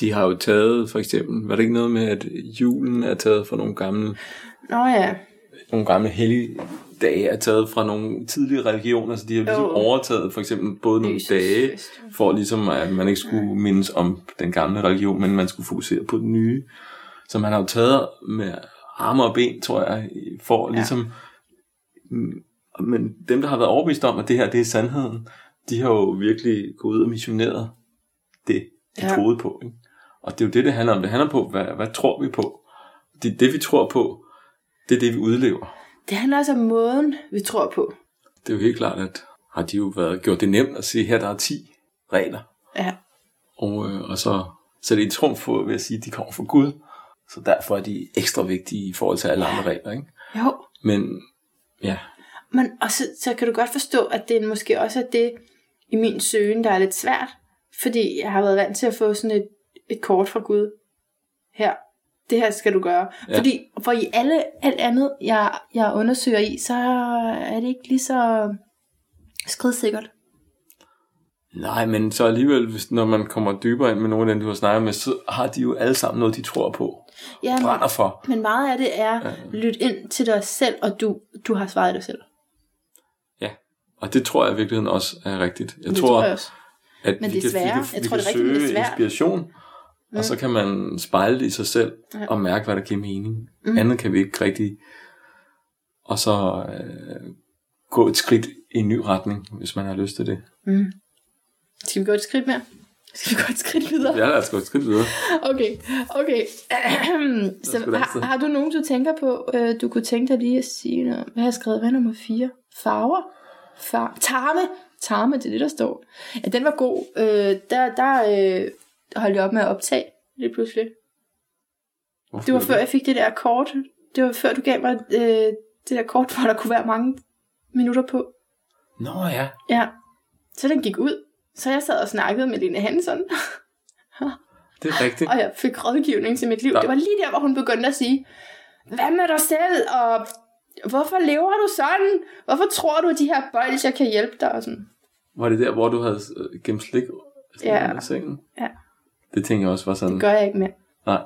S2: de har jo taget, for eksempel, var det ikke noget med, at julen er taget fra nogle gamle,
S1: Nå ja,
S2: nogle gamle hellige dage er taget fra nogle tidlige religioner, så de har ligesom
S1: Jo.
S2: overtaget for eksempel både nogle
S1: Jesus
S2: dage,
S1: Christ.
S2: for ligesom at man ikke skulle mindes om den gamle religion, men man skulle fokusere på den nye. Så man har jo taget med arme og ben, tror jeg, for ligesom... Men dem, der har været overbevist om, at det her det er sandheden, de har jo virkelig gået ud og missioneret det, de ja.
S1: Ja.
S2: troede på. Ikke? Og det er jo det, det handler om. Det handler på, hvad, hvad tror vi på? Det, er det, vi tror på, det er det, vi udlever.
S1: det handler også om måden, vi tror på.
S2: Det er jo helt klart, at har de jo været, gjort det nemt at sige, her der er 10 regler,
S1: Ja,
S2: og, øh, og så sætte i trumf på ved at sige, at de kommer fra Gud, så derfor er de ekstra vigtige i forhold til alle andre regler. Ikke?
S1: jo.
S2: Men ja,
S1: Men og så, så kan du godt forstå, at det måske også er det i min søgen, der er lidt svært. Fordi jeg har været vant til at få sådan et, et kort fra Gud. Her. Det her skal du gøre.
S2: Ja.
S1: Ja. Fordi for i alle, alt andet, jeg, jeg undersøger i, så er det ikke lige så skridsikkert.
S2: nej, men så alligevel, hvis, når man kommer dybere ind med nogen af dem, du har snakket med, så har de jo alle sammen noget, de tror på,
S1: Ja,
S2: brænder
S1: men,
S2: for.
S1: men meget af det er, lyt ind til dig selv, og du, du har svaret dig selv.
S2: Ja, og det tror jeg i virkeligheden også er rigtigt. Jeg
S1: Det
S2: tror,
S1: jeg også.
S2: at
S1: Men
S2: vi
S1: det er
S2: kan, vi
S1: sværere.
S2: kan,
S1: Jeg
S2: vi
S1: tror,
S2: kan
S1: det er rigtigt, men det er
S2: søge
S1: svært.
S2: inspiration, mm. og så kan man spejle det i sig selv, ja. og mærke, hvad der giver mening. Mm. Andet kan vi ikke rigtig. Og så øh, gå et skridt i en ny retning, hvis man har lyst til det.
S1: Skal vi gå et skridt mere? Skal vi gå et skridt videre?
S2: Ja, lad os gå et skridt videre.
S1: Okay, okay.
S2: Det er sgu
S1: så
S2: da
S1: har,
S2: altid.
S1: har du nogen, du tænker på, øh, du kunne tænke dig lige at sige noget? Hvad har jeg skrevet? Hvad er nummer 4? Farver? Far Tarme? Tarme, det er det, der står. Ja, den var god. Øh, der der øh, holdt jeg op med at optage lige pludselig.
S2: Hvorfor
S1: Det var
S2: gør
S1: før, jeg fik det der kort. Det var før, du gav mig øh, det der kort, hvor der kunne være mange minutter på.
S2: Nå ja,
S1: Ja. Så den gik ud. Så jeg sad og snakkede med Lene Hansen.
S2: det er rigtigt.
S1: og jeg fik rådgivning til mit liv.
S2: Nå.
S1: Det var lige der, hvor hun begyndte at sige, hvad med dig selv, og hvorfor lever du sådan? Hvorfor tror du, at de her bolcher kan hjælpe dig? Og sådan.
S2: Var det der, hvor du havde øh, gemt slik
S1: Ja.
S2: i sengen?
S1: Ja.
S2: Det tænker jeg også var sådan.
S1: Gør jeg ikke mere.
S2: Nej.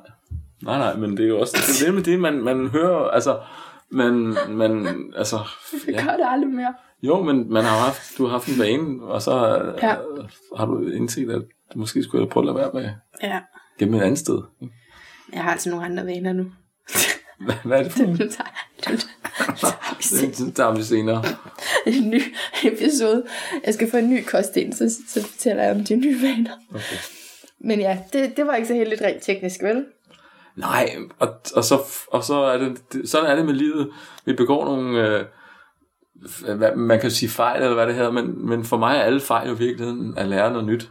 S2: Nej, nej, men det er jo også det, er det med det, man, man hører, altså, man, man, altså,
S1: Jeg
S2: ja.
S1: gør det aldrig mere.
S2: Jo, men man har jo haft, du har haft en vane, og så ja.
S1: Ja.
S2: har du indset, at du måske skulle have prøvet at lade være med
S1: Ja.
S2: gennem et andet sted.
S1: Jeg har altså nogle andre vaner nu.
S2: Hvad, hvad er det for
S1: Dem
S2: en?
S1: tager, dem tager vi selv.
S2: Det tager vi senere.
S1: en ny episode. Jeg skal få en ny kost ind, så, så fortæller jeg om de nye vaner.
S2: Okay.
S1: Men ja, det, det var ikke så heldigt rent teknisk, vel?
S2: Nej, og, og, så, og så er det, det, sådan er det med livet. Vi begår nogle, øh, f- hvad, man kan jo sige fejl, eller hvad det hedder, men, men for mig er alle fejl jo i virkeligheden at lære noget nyt.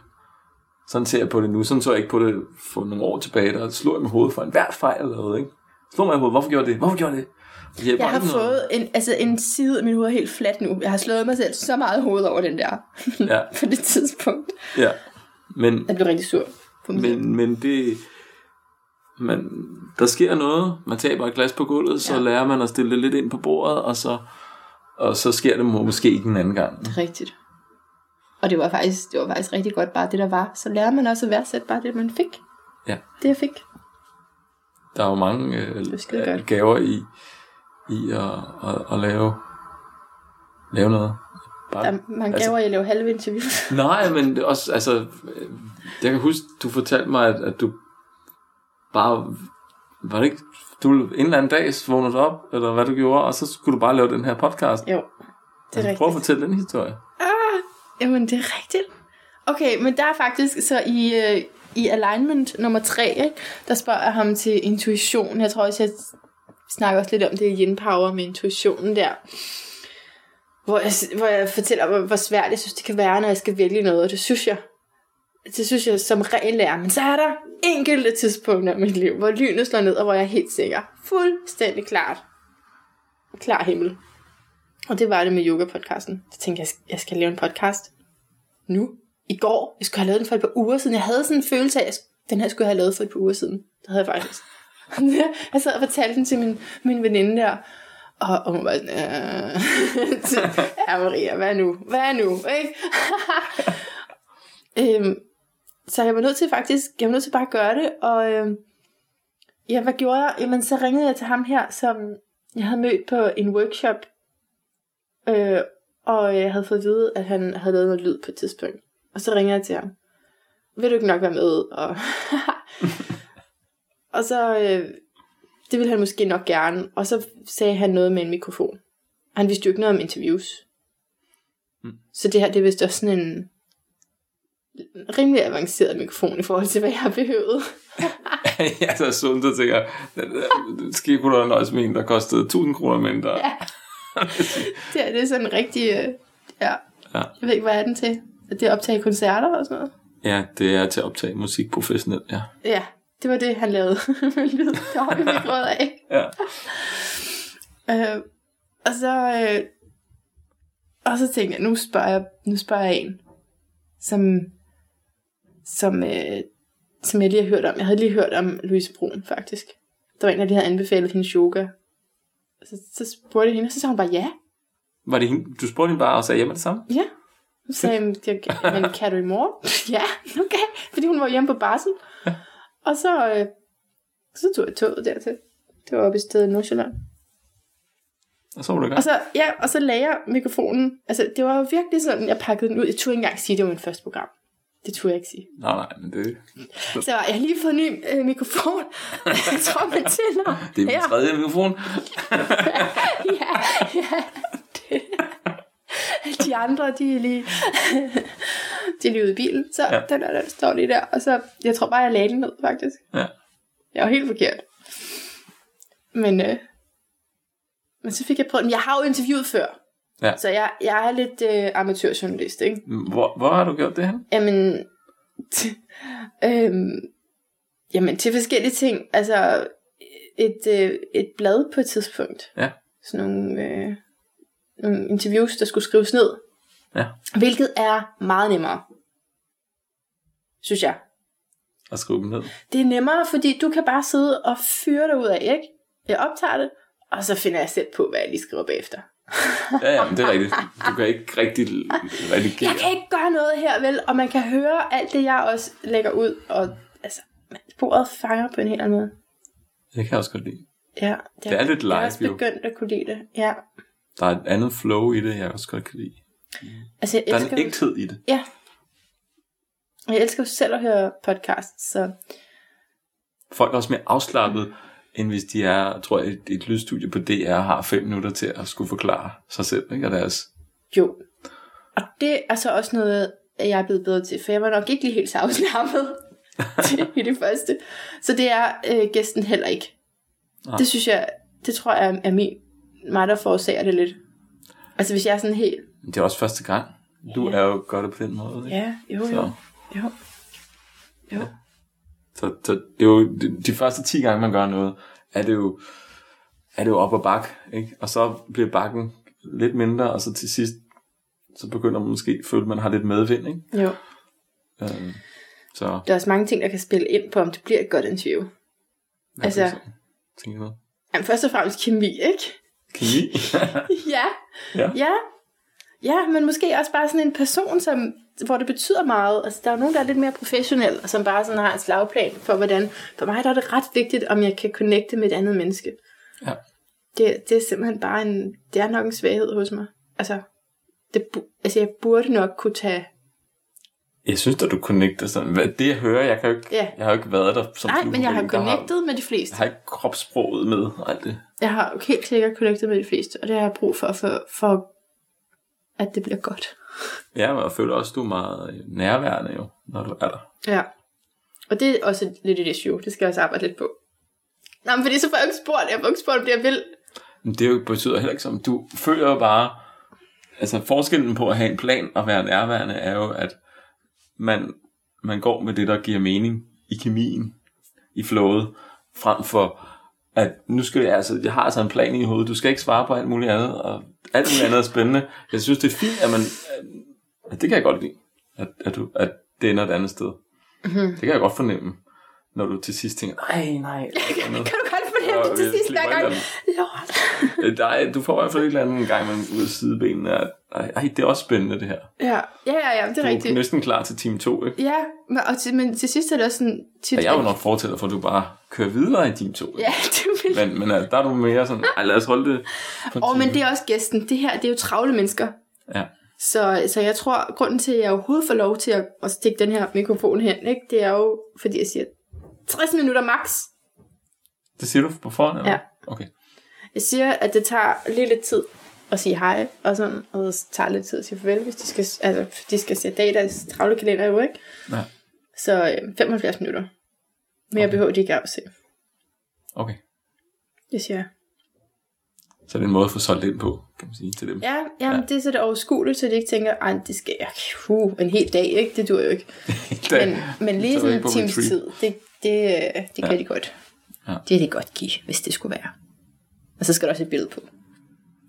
S2: Sådan ser jeg på det nu. Sådan så jeg ikke på det for nogle år tilbage, der slog jeg med hovedet for en hvert fejl, eller noget, ikke? Slog mig i hovedet, hvorfor gjorde jeg det? Hvorfor gjorde jeg det? Det hjælper
S1: Jeg har
S2: ikke noget.
S1: fået en, altså en side af min hoved er helt flat nu. Jeg har slået mig selv så meget hoved over den der.
S2: Ja.
S1: på det tidspunkt.
S2: Ja, men,
S1: Jeg blev rigtig sur på mig selv.
S2: men, men det... Men der sker noget, man taber et glas på gulvet, så
S1: Ja.
S2: lærer man at stille det lidt ind på bordet, og så, og så sker det må- måske ikke en anden gang.
S1: Rigtigt. Og det var, faktisk, det var faktisk rigtig godt, bare det der var. Så lærer man også at værdsætte bare det, man fik.
S2: Ja.
S1: Det jeg fik.
S2: Der er jo mange øh,
S1: er skidegodt.
S2: øh, gaver i, i at, at, at lave, lave noget. Bare,
S1: Der er mange
S2: altså-
S1: gaver, jeg laver halve interviews.
S2: Nej, men det er også, altså, øh, jeg kan huske, du fortalte mig, at, at du bare, var det ikke, du en eller anden dag vågnede du op, eller hvad du gjorde, og så skulle du bare lave den her podcast.
S1: Jo, det er
S2: altså, prøv at
S1: rigtigt.
S2: fortælle den historie.
S1: Jamen, det er rigtigt. Okay, men der er faktisk så i, øh, i alignment nummer 3, ikke? der spørger jeg ham til intuition. Jeg tror også, jeg snakker også lidt om det i Yin Power med intuitionen der. Hvor jeg, s- hvor jeg fortæller, hvor, hvor svært jeg synes, det kan være, når jeg skal vælge noget. Og det synes jeg, det synes jeg som regel er. Men så er der enkelte tidspunkter i mit liv, hvor lynet slår ned, og hvor jeg er helt sikker. Fuldstændig klart. Klar himmel. Og det var det med yoga-podcasten. Så tænkte jeg, jeg, skal- jeg skal lave en podcast nu. I går. Jeg skulle have lavet den for et par uger siden. Jeg havde sådan en følelse af, at jeg sk- den her skulle jeg have lavet for et par uger siden. Det havde jeg faktisk. jeg sad og fortalte den til min, min veninde der. Og, og hun var sådan, øh, så, ja Maria, hvad nu? Hvad nu? Ikke? øhm, så jeg var nødt til faktisk, jeg var nødt til bare at gøre det. Og øhm, ja, hvad gjorde jeg? Jamen, så ringede jeg til ham her, som jeg havde mødt på en workshop Øh, og jeg havde fået at vide, at han havde lavet noget lyd på et tidspunkt. Og så ringer jeg til ham. Vil du ikke nok være med? Og, og så, øh, det ville han måske nok gerne. Og så sagde han noget med en mikrofon. Han vidste jo ikke noget om interviews.
S2: Mm.
S1: Så det her, det er vist også sådan en rimelig avanceret mikrofon i forhold til, hvad jeg behøvede.
S2: ja, så sundt, så tænker jeg, skal kunne du have nøjes med en, der kostede 1000 kroner mindre.
S1: Ja. Det her, det er sådan en rigtig... Øh, ja.
S2: Ja.
S1: Jeg ved ikke, hvad er den til? Er det optage koncerter og sådan noget?
S2: ja, det er til at optage musik professionelt, ja.
S1: Ja, det var det, han lavede med lyd. Det har vi ikke råd af.
S2: ja.
S1: Øh, og så... Øh, og så tænkte jeg, nu spørger jeg, nu spørger jeg en, som, som, øh, som jeg lige har hørt om. Jeg havde lige hørt om Louise Brun, faktisk. Der var en, der lige havde anbefalet hendes yoga. Så, så spurgte jeg hende, og så sagde hun bare ja.
S2: Var det hende? Du spurgte hende bare og sagde, ja, med det samme?
S1: Ja. Hun sagde, "Men det- men kan du i morgen? ja, okay. Fordi hun var hjemme på barsel. Og så, øh, så tog jeg toget dertil. Det var oppe i stedet i Nordsjælland.
S2: Og så var det
S1: Og
S2: godt.
S1: så, ja, og så lagde jeg mikrofonen. Altså, det var jo virkelig sådan, jeg pakkede den ud. Jeg turde ikke engang sige, det var min første program. Det turde jeg ikke sige.
S2: Nej, nej, men det,
S1: Så jeg har lige fået en ny øh, mikrofon. jeg tror, man tænder.
S2: det er min
S1: her."
S2: tredje mikrofon.
S1: ja, ja. Det. De andre, de er lige, de er lige ude i bilen, så ja.
S2: Ja.
S1: den, er, den står lige der. Og så, jeg tror bare, jeg lagde den ned, faktisk.
S2: Ja.
S1: Jeg var helt forkert. Men, øh, men så fik jeg prøvet den. Jeg har jo interviewet før.
S2: Ja.
S1: Så jeg, jeg er lidt øh, amatørjournalist, ikke?
S2: Hvor, hvor har du gjort det hen?
S1: Jamen, t- øhm, jamen til forskellige ting. Altså, et, øh, et blad på et tidspunkt.
S2: Ja.
S1: Sådan nogle, øh, nogle interviews, der skulle skrives ned.
S2: Ja.
S1: Hvilket er meget nemmere. Synes jeg.
S2: Og skrive dem ned.
S1: Det er nemmere, fordi du kan bare sidde og fyre dig ud af, ikke? Jeg optager det, og så finder jeg selv på, hvad jeg lige skriver bagefter.
S2: Ja, ja, men det er rigtigt. Du kan ikke rigtig redigere.
S1: Jeg kan ikke gøre noget her, vel? Og man kan høre alt det, jeg også lægger ud. Og altså, bordet fanger på en helt anden måde.
S2: Det kan jeg også godt lide.
S1: Ja,
S2: Det er lidt
S1: Jeg er
S2: live,
S1: også
S2: jo.
S1: begyndt at kunne lide det. Ja.
S2: Der er et andet flow i det, jeg også godt kan lide.
S1: Altså, jeg
S2: Der er
S1: elsker,
S2: en ægthed i det.
S1: Ja. Og Jeg elsker jo selv at høre podcasts, så
S2: Folk er også mere afslappet, end hvis de er, tror jeg, et, et lydstudie på DR har fem minutter til at skulle forklare sig selv, ikke? Og deres...
S1: jo. Og det er så også noget, at jeg er blevet bedre til, for jeg var nok ikke lige helt så afslappet til- i det første. Så det er øh, gæsten heller ikke.
S2: Nej.
S1: Det synes jeg, det tror jeg er- er min, mig, der forårsager det lidt. Altså hvis jeg er sådan helt,
S2: Men det er også første gang. Du er jo gør det på den måde, ikke?
S1: ja, jo, jo,
S2: Så,
S1: jo. Jo.
S2: så, så det er jo, de, de første 10 gange, man gør noget, er det jo, er det jo op og bak, ikke? Og så bliver bakken lidt mindre, og så til sidst, så begynder man måske at føle, at man har lidt medvind, ikke?
S1: Jo.
S2: Øhm, så
S1: Der er også mange ting, der kan spille ind på, om det bliver et godt interview.
S2: Hvad
S1: Altså-
S2: kan du så tænke noget?
S1: Jamen, først og fremmest kemi, ikke?
S2: Kemi?
S1: ja.
S2: Ja.
S1: ja. Ja, men måske også bare sådan en person, som, hvor det betyder meget. Altså, der er jo nogen, der er lidt mere professionel, og som bare sådan har en slagplan for, hvordan... For mig der er det ret vigtigt, om jeg kan connecte med et andet menneske.
S2: Ja.
S1: Det, det er simpelthen bare en... Det er nok en svaghed hos mig. Altså, det, bu- altså jeg burde nok kunne tage...
S2: jeg synes da, du connecter sådan. Hvad, det jeg hører, jeg, kan jo ikke,
S1: Ja.
S2: jeg har jo ikke været der som
S1: Nej, men jeg har
S2: flyvehund. Der
S1: connectet med de fleste.
S2: Jeg har ikke kropssproget med og alt det.
S1: Jeg har jo helt sikkert connectet med de fleste, og det har jeg brug for, for, for at det bliver godt.
S2: Ja, men jeg føler også, du er meget nærværende jo, når du er der.
S1: Ja. Og det er også lidt et issue. Det skal jeg også arbejde lidt på. Nå, men fordi så får jeg jo ikke spurgt. Jeg får ikke spurgt, om jeg vil.
S2: Men det er jo- betyder heller ikke som, du føler jo bare, altså forskellen på at have en plan og være nærværende er jo, at man, man går med det, der giver mening i kemien, i flowet, frem for, at nu skal jeg, altså, jeg har altså en plan i hovedet, du skal ikke svare på alt muligt andet, og alt muligt andet er spændende. Jeg synes, det er fint, at man, at det kan jeg godt lide, at, at, du, at det ender et andet sted. Mm-hmm. Det kan jeg godt fornemme, når du til sidst tænker, nej, nej.
S1: Kan du godt fornemme
S2: Ja,
S1: det til
S2: jeg
S1: sidst
S2: klipper
S1: hver
S2: ikke
S1: gang?
S2: den.
S1: Lort.
S2: Øh, Der er, du får i hvert fald et eller andet en gang imellem ud af sidebenene. at, Ej, ej, det er også spændende det her.
S1: Ja, ja, ja, ja det er
S2: Du er
S1: rigtigt.
S2: næsten klar til time 2, ikke?
S1: Ja, men, og til, men til sidst er det også sådan... Tit,
S2: Og jeg er jo nok fortæller for, at du bare kører videre i time 2.
S1: Ja, du vil.
S2: Men, men altså, der er du mere sådan, ej, lad os holde det på en
S1: Åh, oh,
S2: time."
S1: men det er også gæsten. Det her, det er jo travle mennesker.
S2: Ja.
S1: Så, så jeg tror, grunden til, at jeg overhovedet får lov til at, at stikke den her mikrofon hen, ikke, det er jo, fordi jeg siger 60 minutter max.
S2: Det siger du på forhånd, eller?
S1: Ja.
S2: Okay.
S1: Jeg siger, at det tager lige lidt tid at sige hej, og sådan, og det tager lidt tid at sige farvel, hvis de skal, altså, de skal sætte dag i deres travle kalender jo, ikke?
S2: Ja.
S1: Så øh, 75 minutter. Men jeg behøver de ikke at se.
S2: okay.
S1: Det siger jeg.
S2: Så det er en måde at få solgt ind på, kan man sige, til dem.
S1: Ja, jamen, ja. det er så det overskueligt, så de ikke tænker, ej, det skal jeg, uh, en hel dag, ikke? Det dur jo ikke.
S2: Da-
S1: Men, men lige
S2: så er
S1: sådan
S2: vi
S1: en
S2: på
S1: times
S2: retreat.
S1: tid, det, det, øh, det kan de godt.
S2: Ja.
S1: Det er det godt give, hvis det skulle være. Og så skal der også et billede på.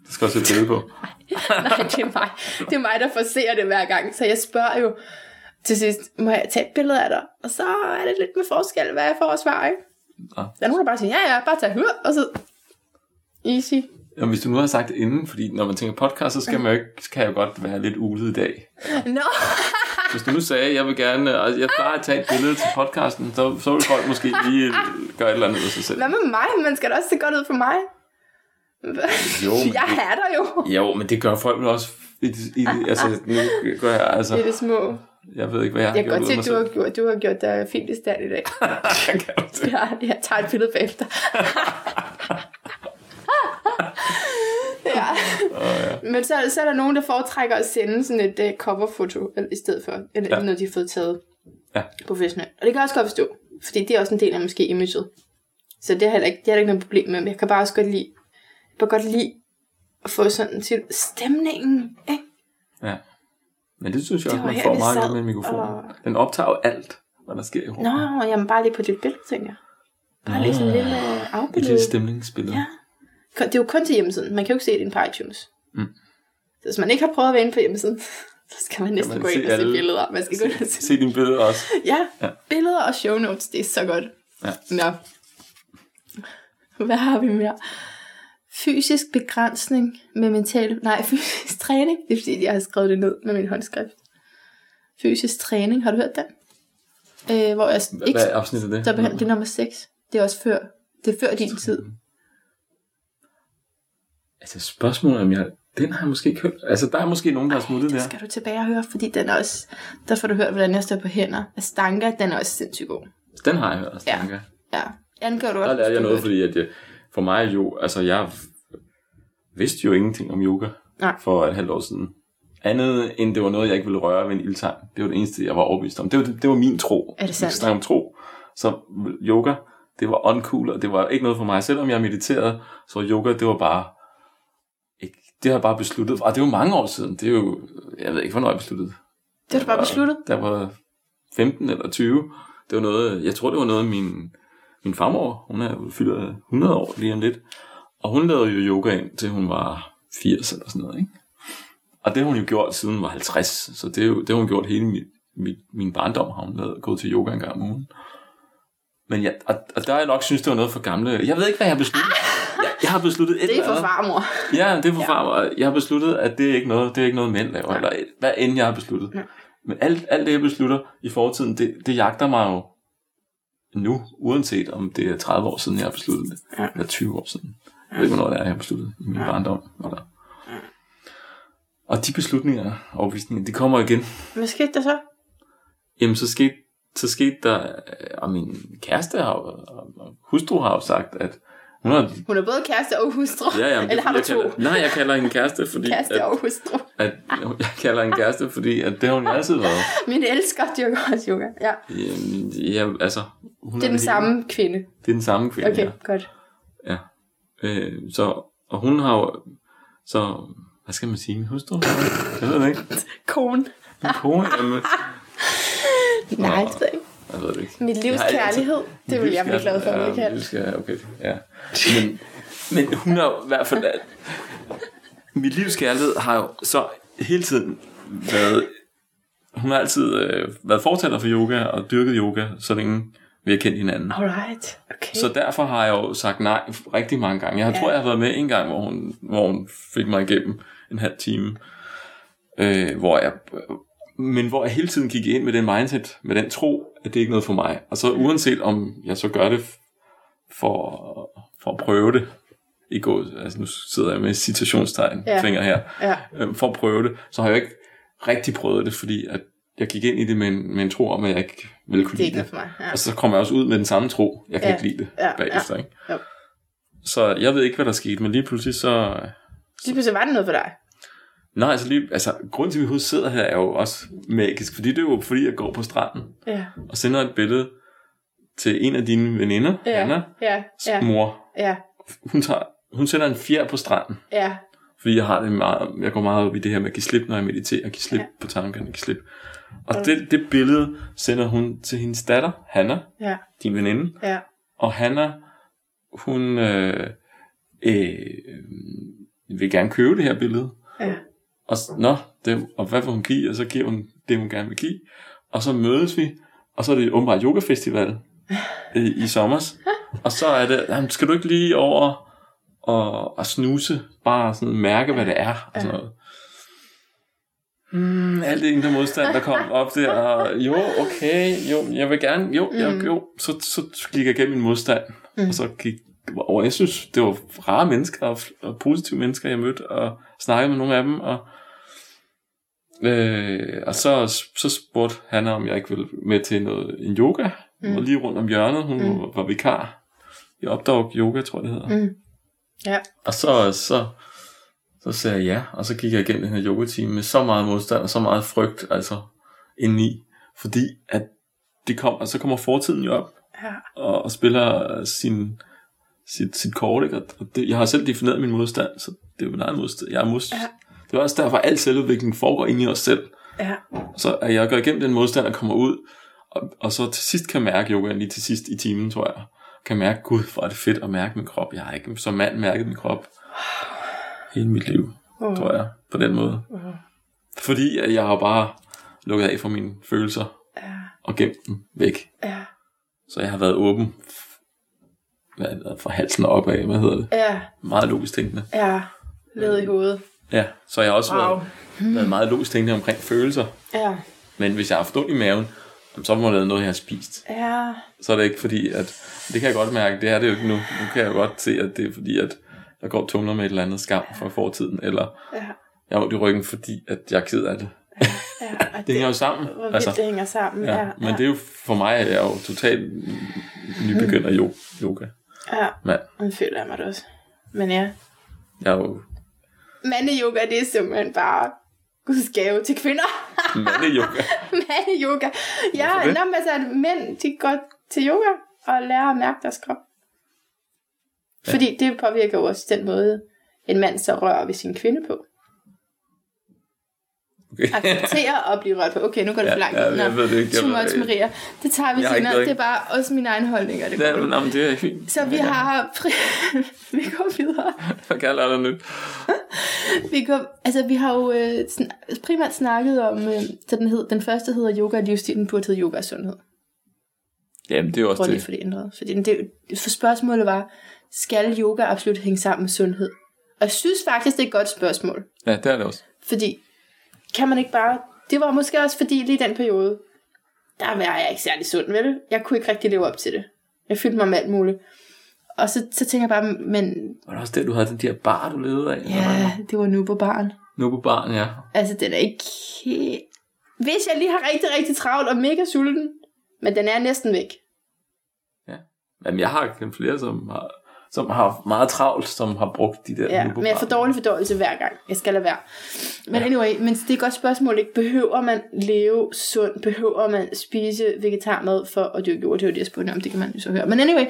S2: Det skal også et billede på.
S1: Nej, det er mig. Det er mig, der forser det hver gang. Så jeg spørger jo til sidst, må jeg tage et billede af dig? Og så er det lidt med forskel, hvad jeg får at svare, ikke?
S2: Ja.
S1: Der er nogen, der bare siger, ja, ja, bare tag hør, og så... Easy.
S2: Jamen, hvis du nu har sagt det inden, fordi når man tænker podcast, så skal man jo ikke, kan jeg jo godt være lidt ulet i dag.
S1: Nå,
S2: Hvis du nu sagde, at jeg vil gerne, og jeg plejer at tage et billede til podcasten, så, så vil folk måske lige gøre et eller andet ud af sig selv.
S1: hvad med mig? Man skal da også se godt ud for mig.
S2: Jo, Oh, men
S1: jeg
S2: det-
S1: er der jo.
S2: Jo, men det gør folk vel også. I, i, altså, nu gør jeg, altså,
S1: Det er det små.
S2: jeg ved ikke, hvad jeg har
S1: Jeg kan
S2: gjort
S1: godt se,
S2: uden mig
S1: at du har
S2: selv.
S1: gjort, du har gjort dig fint i stand i dag.
S2: Kan du det?
S1: Jeg, jeg tager et billede bagefter. ja. Oh, ja. Men så, så er der nogen, der foretrækker at sende sådan et uh, coverfoto eller- i stedet for, eller
S2: Ja.
S1: ja. noget, de har fået taget
S2: Ja.
S1: professionelt. Og det kan jeg også godt forstå, fordi det er også en del af måske imaget. Så det har jeg heller ikke, det har jeg ikke noget problem med, men jeg kan bare også godt lide, jeg kan godt lide at få sådan til stemningen, ikke?
S2: Ja. Men det synes jeg
S1: Det
S2: også,
S1: var
S2: man
S1: her,
S2: får
S1: vi
S2: meget
S1: sad
S2: ud med mikrofonen.
S1: og-
S2: Den optager jo alt, hvad der sker i rummet.
S1: Nå, jamen bare lige på dit billede, tænker jeg. Bare lige sådan en lille øh,
S2: Et
S1: afbillede.
S2: lille stemningsbillede.
S1: Ja. Kun- Det er jo kun til hjemmesiden. Man kan jo ikke se det inde på iTunes.
S2: Mm.
S1: Så hvis man ikke har prøvet at være inde på hjemmesiden, så skal man næsten
S2: man
S1: gå ind
S2: se
S1: og se
S2: alle-
S1: billeder. Man skal gå ind og se.
S2: Se dine billeder også.
S1: Ja,
S2: Ja.
S1: ja, billeder og show notes, det er så godt.
S2: Ja.
S1: Nå. Hvad har vi mere? Fysisk begrænsning med mental... Nej, fysisk træning. Det er fordi, jeg har skrevet det ned med min håndskrift. Fysisk træning, har du hørt den? Øh, hvor jeg
S2: Hvad-
S1: ikke...
S2: Hvad afsnit er det?
S1: Der behandler det er nummer 6. Det er også før. Det er før din tid.
S2: Altså spørgsmålet om jeg... Den har jeg måske ikke hørt. Altså der er måske nogen, der har smuttet
S1: Det
S2: der.
S1: skal du tilbage og høre, fordi den er også... Der får du hørt, hvordan jeg står på hænder. Astanka, den er også sindssygt god.
S2: Den har jeg hørt,
S1: Ja.
S2: tænker jeg.
S1: Ja. Den gør du også.
S2: Der lærte
S1: hvis
S2: jeg
S1: du
S2: noget,
S1: hører
S2: fordi at jeg, for mig er jo, altså jeg vidste jo ingenting om yoga
S1: Nej.
S2: for et halvt år siden. Andet end det var noget, jeg ikke ville røre ved en ildtegn. Det var det eneste, jeg var overbevist om. Det var, det var min tro.
S1: Er det sandt?
S2: Vi snakker om tro. Så yoga, det var uncool, og det var ikke noget for mig. Selvom jeg mediterede, så var yoga, det var bare... Ikke, det har jeg bare besluttet. Og det er jo mange år siden. Det er jo... Jeg ved ikke, hvornår jeg besluttede.
S1: Det har du bare besluttet.
S2: Der var 15 eller 20. Det var noget, jeg tror, det var noget, min, min farmor, hun er jo fylder 100 år lige om lidt. Og hun lavede jo yoga ind, til hun var 80 eller sådan noget, ikke? Og det har hun jo gjort, siden hun var 50. Så det, er jo, det har hun gjort hele min, min, min barndom, har hun lavet, gået til yoga en gang om ugen. Men jeg, og, og der har jeg nok synes, det var noget for gamle. Jeg ved ikke, hvad jeg har besluttet. Jeg, jeg har besluttet et
S1: Ah. Det er
S2: eller
S1: for
S2: andet.
S1: farmor.
S2: Ja, det er for far. og Jeg har besluttet, at det er ikke noget, det er ikke noget mænd laver. Eller hvad end jeg har besluttet.
S1: Ja.
S2: Men alt, alt det, jeg beslutter i fortiden, det, det jagter mig jo nu, uanset om det er 30 år siden, jeg har besluttet det.
S1: Ja.
S2: Eller 20 år siden. Jeg ved ikke, hvornår det er, jeg har besluttet i min barndom. Eller. Og de beslutninger og overbevisninger, de kommer igen.
S1: Hvad skete der så?
S2: Jamen, så skete, så skete der, øh, og min kæreste har, jo- og og hustru har jo sagt, at hun har...
S1: Hun er både kæreste og hustru.
S2: Ja, jamen, det er
S1: Eller har du
S2: fordi,
S1: to?
S2: jeg Kalder, nej, jeg kalder hende kæreste, fordi...
S1: Kæreste
S2: at,
S1: og hustru.
S2: at jeg kalder en kæreste, fordi at det har hun jo altid været.
S1: Min elsker dyrker også yoga. Ja,
S2: Jamen, ja, altså, hun
S1: det er den
S2: helt-
S1: samme kvinde.
S2: Det er den samme kvinde,
S1: Okay,
S2: okay.
S1: godt.
S2: ja. ja. Øh, så, og hun har jo, så, hvad skal man sige, min hustru? Jeg ved det ikke.
S1: Kone.
S2: Min kone, jamen,
S1: Nej, det ved jeg ikke.
S2: jeg ved det ikke.
S1: Mit livs
S2: Jeg har-
S1: kærlighed. Det vil jeg blive glad for,
S2: ja,
S1: at kan.
S2: mit livskær- okay, ja. Men, men hun har jo i hvert fald... Mit livs kærlighed har jo så hele tiden været... Hun har altid øh, været fortaler for yoga og dyrket yoga, så længe vi har kendt hinanden.
S1: Alright. Okay.
S2: Så derfor har jeg jo sagt nej rigtig mange gange. Jeg tror, jeg har været med en gang, hvor hun, hvor hun fik mig igennem en halv time. Øh, hvor jeg, men hvor jeg hele tiden gik ind med den mindset, med den tro, at det ikke er noget for mig. Og
S1: Mm.
S2: så uanset om jeg så gør det for, for at prøve det, i går, altså nu sidder jeg med citationstegn
S1: Ja.
S2: ja. fingre her,
S1: Ja.
S2: øh, for at prøve det, så har jeg jo ikke rigtig prøvet det, fordi at jeg gik ind i det med en, med en tro om, at jeg ikke ville kunne
S1: det
S2: lide
S1: er ikke
S2: det.
S1: noget for mig. Ja.
S2: Og så kommer jeg også ud med den samme tro. Jeg kan
S1: Ja,
S2: ja. ikke lide det
S1: ja,
S2: ja. bagefter, ikke?
S1: Jo.
S2: Så jeg ved ikke, hvad der skete, men lige pludselig så...
S1: Lige pludselig var det noget for dig.
S2: Nej, altså lige... Altså, grunden til, at vi overhovedet sidder her, er jo også magisk. Fordi det er jo, fordi jeg går på stranden
S1: Ja.
S2: og sender et billede til en af dine veninder,
S1: Ja.
S2: ja. Anna,
S1: Ja. Ja.
S2: ja. mor.
S1: Ja.
S2: Hun, tager, hun sender en fjer på stranden.
S1: Ja.
S2: Fordi jeg har det meget, jeg går meget op i det her med at give slip, når jeg mediterer, give slip
S1: Ja.
S2: ja. på tankerne, give slip. Og det, det billede sender hun til hendes datter, Hanna,
S1: Ja.
S2: din veninde.
S1: Ja.
S2: Og Hanna, hun øh, øh, vil gerne købe det her billede.
S1: Ja.
S2: Og, s- nå, det, og hvad vil hun give? Og så giver hun det, hun gerne vil give. Og så mødes vi, og så er det åbenbart yogafestival øh, i sommer. Og så er det, jamen, skal du ikke lige over og, og snuse? Bare sådan mærke, hvad det er og sådan noget. Hmm, alt det indre modstand, der kom op der. Og, jo, okay, jo, jeg vil gerne, jo, jeg, jo. Så, så gik jeg igennem min modstand. Mm. Og så gik og jeg synes, det var rare mennesker og, og positive mennesker, jeg mødte, og snakkede med nogle af dem, og, øh, og så, så spurgte han, om jeg ikke ville med til noget, en yoga, mm. og lige rundt om hjørnet, hun mm. var, var vikar i Opdog Yoga, tror jeg det hedder.
S1: Mm. Ja.
S2: Og så, så, så sagde jeg ja, og så gik jeg igennem den her yogatime med så meget modstand og så meget frygt, altså indeni, fordi at det kom, og så kommer fortiden jo op,
S1: Ja.
S2: og, og spiller øh, sin, sit, sit kort. Ikke? Og og det, jeg har selv defineret min modstand, så det er jo min egen modstand. Jeg er modstand.
S1: Ja.
S2: Ja. Det er også derfor, at al selvudvikling foregår inde i os selv.
S1: Ja.
S2: Så at jeg går igennem den modstand og kommer ud, og, og så til sidst kan mærke yogaen, lige til sidst i timen, tror jeg, kan mærke, gud, hvor er det fedt at mærke min krop. Jeg har ikke som mand mærket min krop hele mit liv,
S1: Wow.
S2: tror jeg, på den måde. Fordi at jeg har bare lukket af for mine følelser
S1: Ja.
S2: og gemt dem væk.
S1: Ja.
S2: Så jeg har været åben hvad, er det, fra halsen og opad, hvad hedder det?
S1: Ja.
S2: Meget logisk tænkende.
S1: Ja. Led i hovedet.
S2: Ja, så jeg har også
S1: Wow.
S2: wow. været, været meget logisk tænkende omkring følelser.
S1: Ja.
S2: Men hvis jeg har haft ondt i maven, jamen, så må det være noget, jeg har spist.
S1: Ja.
S2: Så er det ikke fordi, at... Det kan jeg godt mærke, det er det jo ikke nu. Nu kan jeg jo godt se, at det er fordi, at jeg går og tumler med et eller andet skam fra fortiden, eller
S1: Ja.
S2: jeg har ondt i ryggen, fordi at jeg er ked af det.
S1: Ja. Og
S2: Det hænger jo sammen. Altså,
S1: hvor vildt det hænger sammen.
S2: ja,
S1: Ja.
S2: men det er jo for mig, at jeg er jo totalt nybegynder jo- yoga.
S1: Ja.
S2: Mand,
S1: Nu føler jeg mig det også. Men ja.
S2: jeg er jo
S1: Mandeyoga, det er simpelthen bare Guds gave til kvinder.
S2: mandeyoga.
S1: Mandeyoga. Ja,
S2: Hvorfor det?
S1: nå, men altså, at mænd, de går til yoga og lærer at mærke deres krop. Ja. Fordi det påvirker jo også den måde, en mand så rører ved sin kvinde på.
S2: Okay.
S1: Accepterer at blive rørt på. Okay, nu går det
S2: Ja,
S1: for langt.
S2: ja, jeg ved det ikke. Jeg
S1: Too
S2: ved
S1: much,
S2: ikke.
S1: Maria. Det tager vi
S2: Jeg har ikke
S1: senere.
S2: noget-
S1: Det er bare også mine egne holdninger. Det
S2: Ja,
S1: går.
S2: men, jamen, det er fint.
S1: Så vi har... vi går videre.
S2: Hvad kalder jeg dig nu?
S1: Vi, går, altså, vi har jo øh, sn- primært snakket om, øh, så den, hed, den første hedder yoga og livsstil, den burde hedde yoga og sundhed.
S2: Jamen, det er jo også
S1: Prøv lige
S2: det.
S1: for det ændret. Fordi det, for spørgsmålet var, skal yoga absolut hænge sammen med sundhed? Og jeg synes faktisk, det er et godt spørgsmål.
S2: Ja, det er det også.
S1: Fordi kan man ikke bare... Det var måske også fordi lige i den periode, der var jeg ikke særlig sund, vel? Jeg kunne ikke rigtig leve op til det. Jeg fyldte mig med alt muligt. Og så, så tænker jeg bare, men
S2: Var det også det, du havde den der bar, du levede af?
S1: ja, det var nu på barn.
S2: Nu på barn, ja.
S1: Altså, den er ikke helt... Hvis jeg lige har rigtig, rigtig travlt og mega sulten, men den er næsten væk.
S2: Jamen, jeg har kendt flere, som har, som har haft meget travlt, som har brugt de der
S1: Ja,
S2: Nubo
S1: men jeg får
S2: Bar.
S1: dårlig fordøjelse hver gang. Jeg skal lade være. Men anyway, men det er et godt spørgsmål, ikke? Behøver man leve sundt? Behøver man spise vegetarmad for at dyrke jord? Det er jo det, jeg spurgte om. Det kan man jo så høre. Men anyway,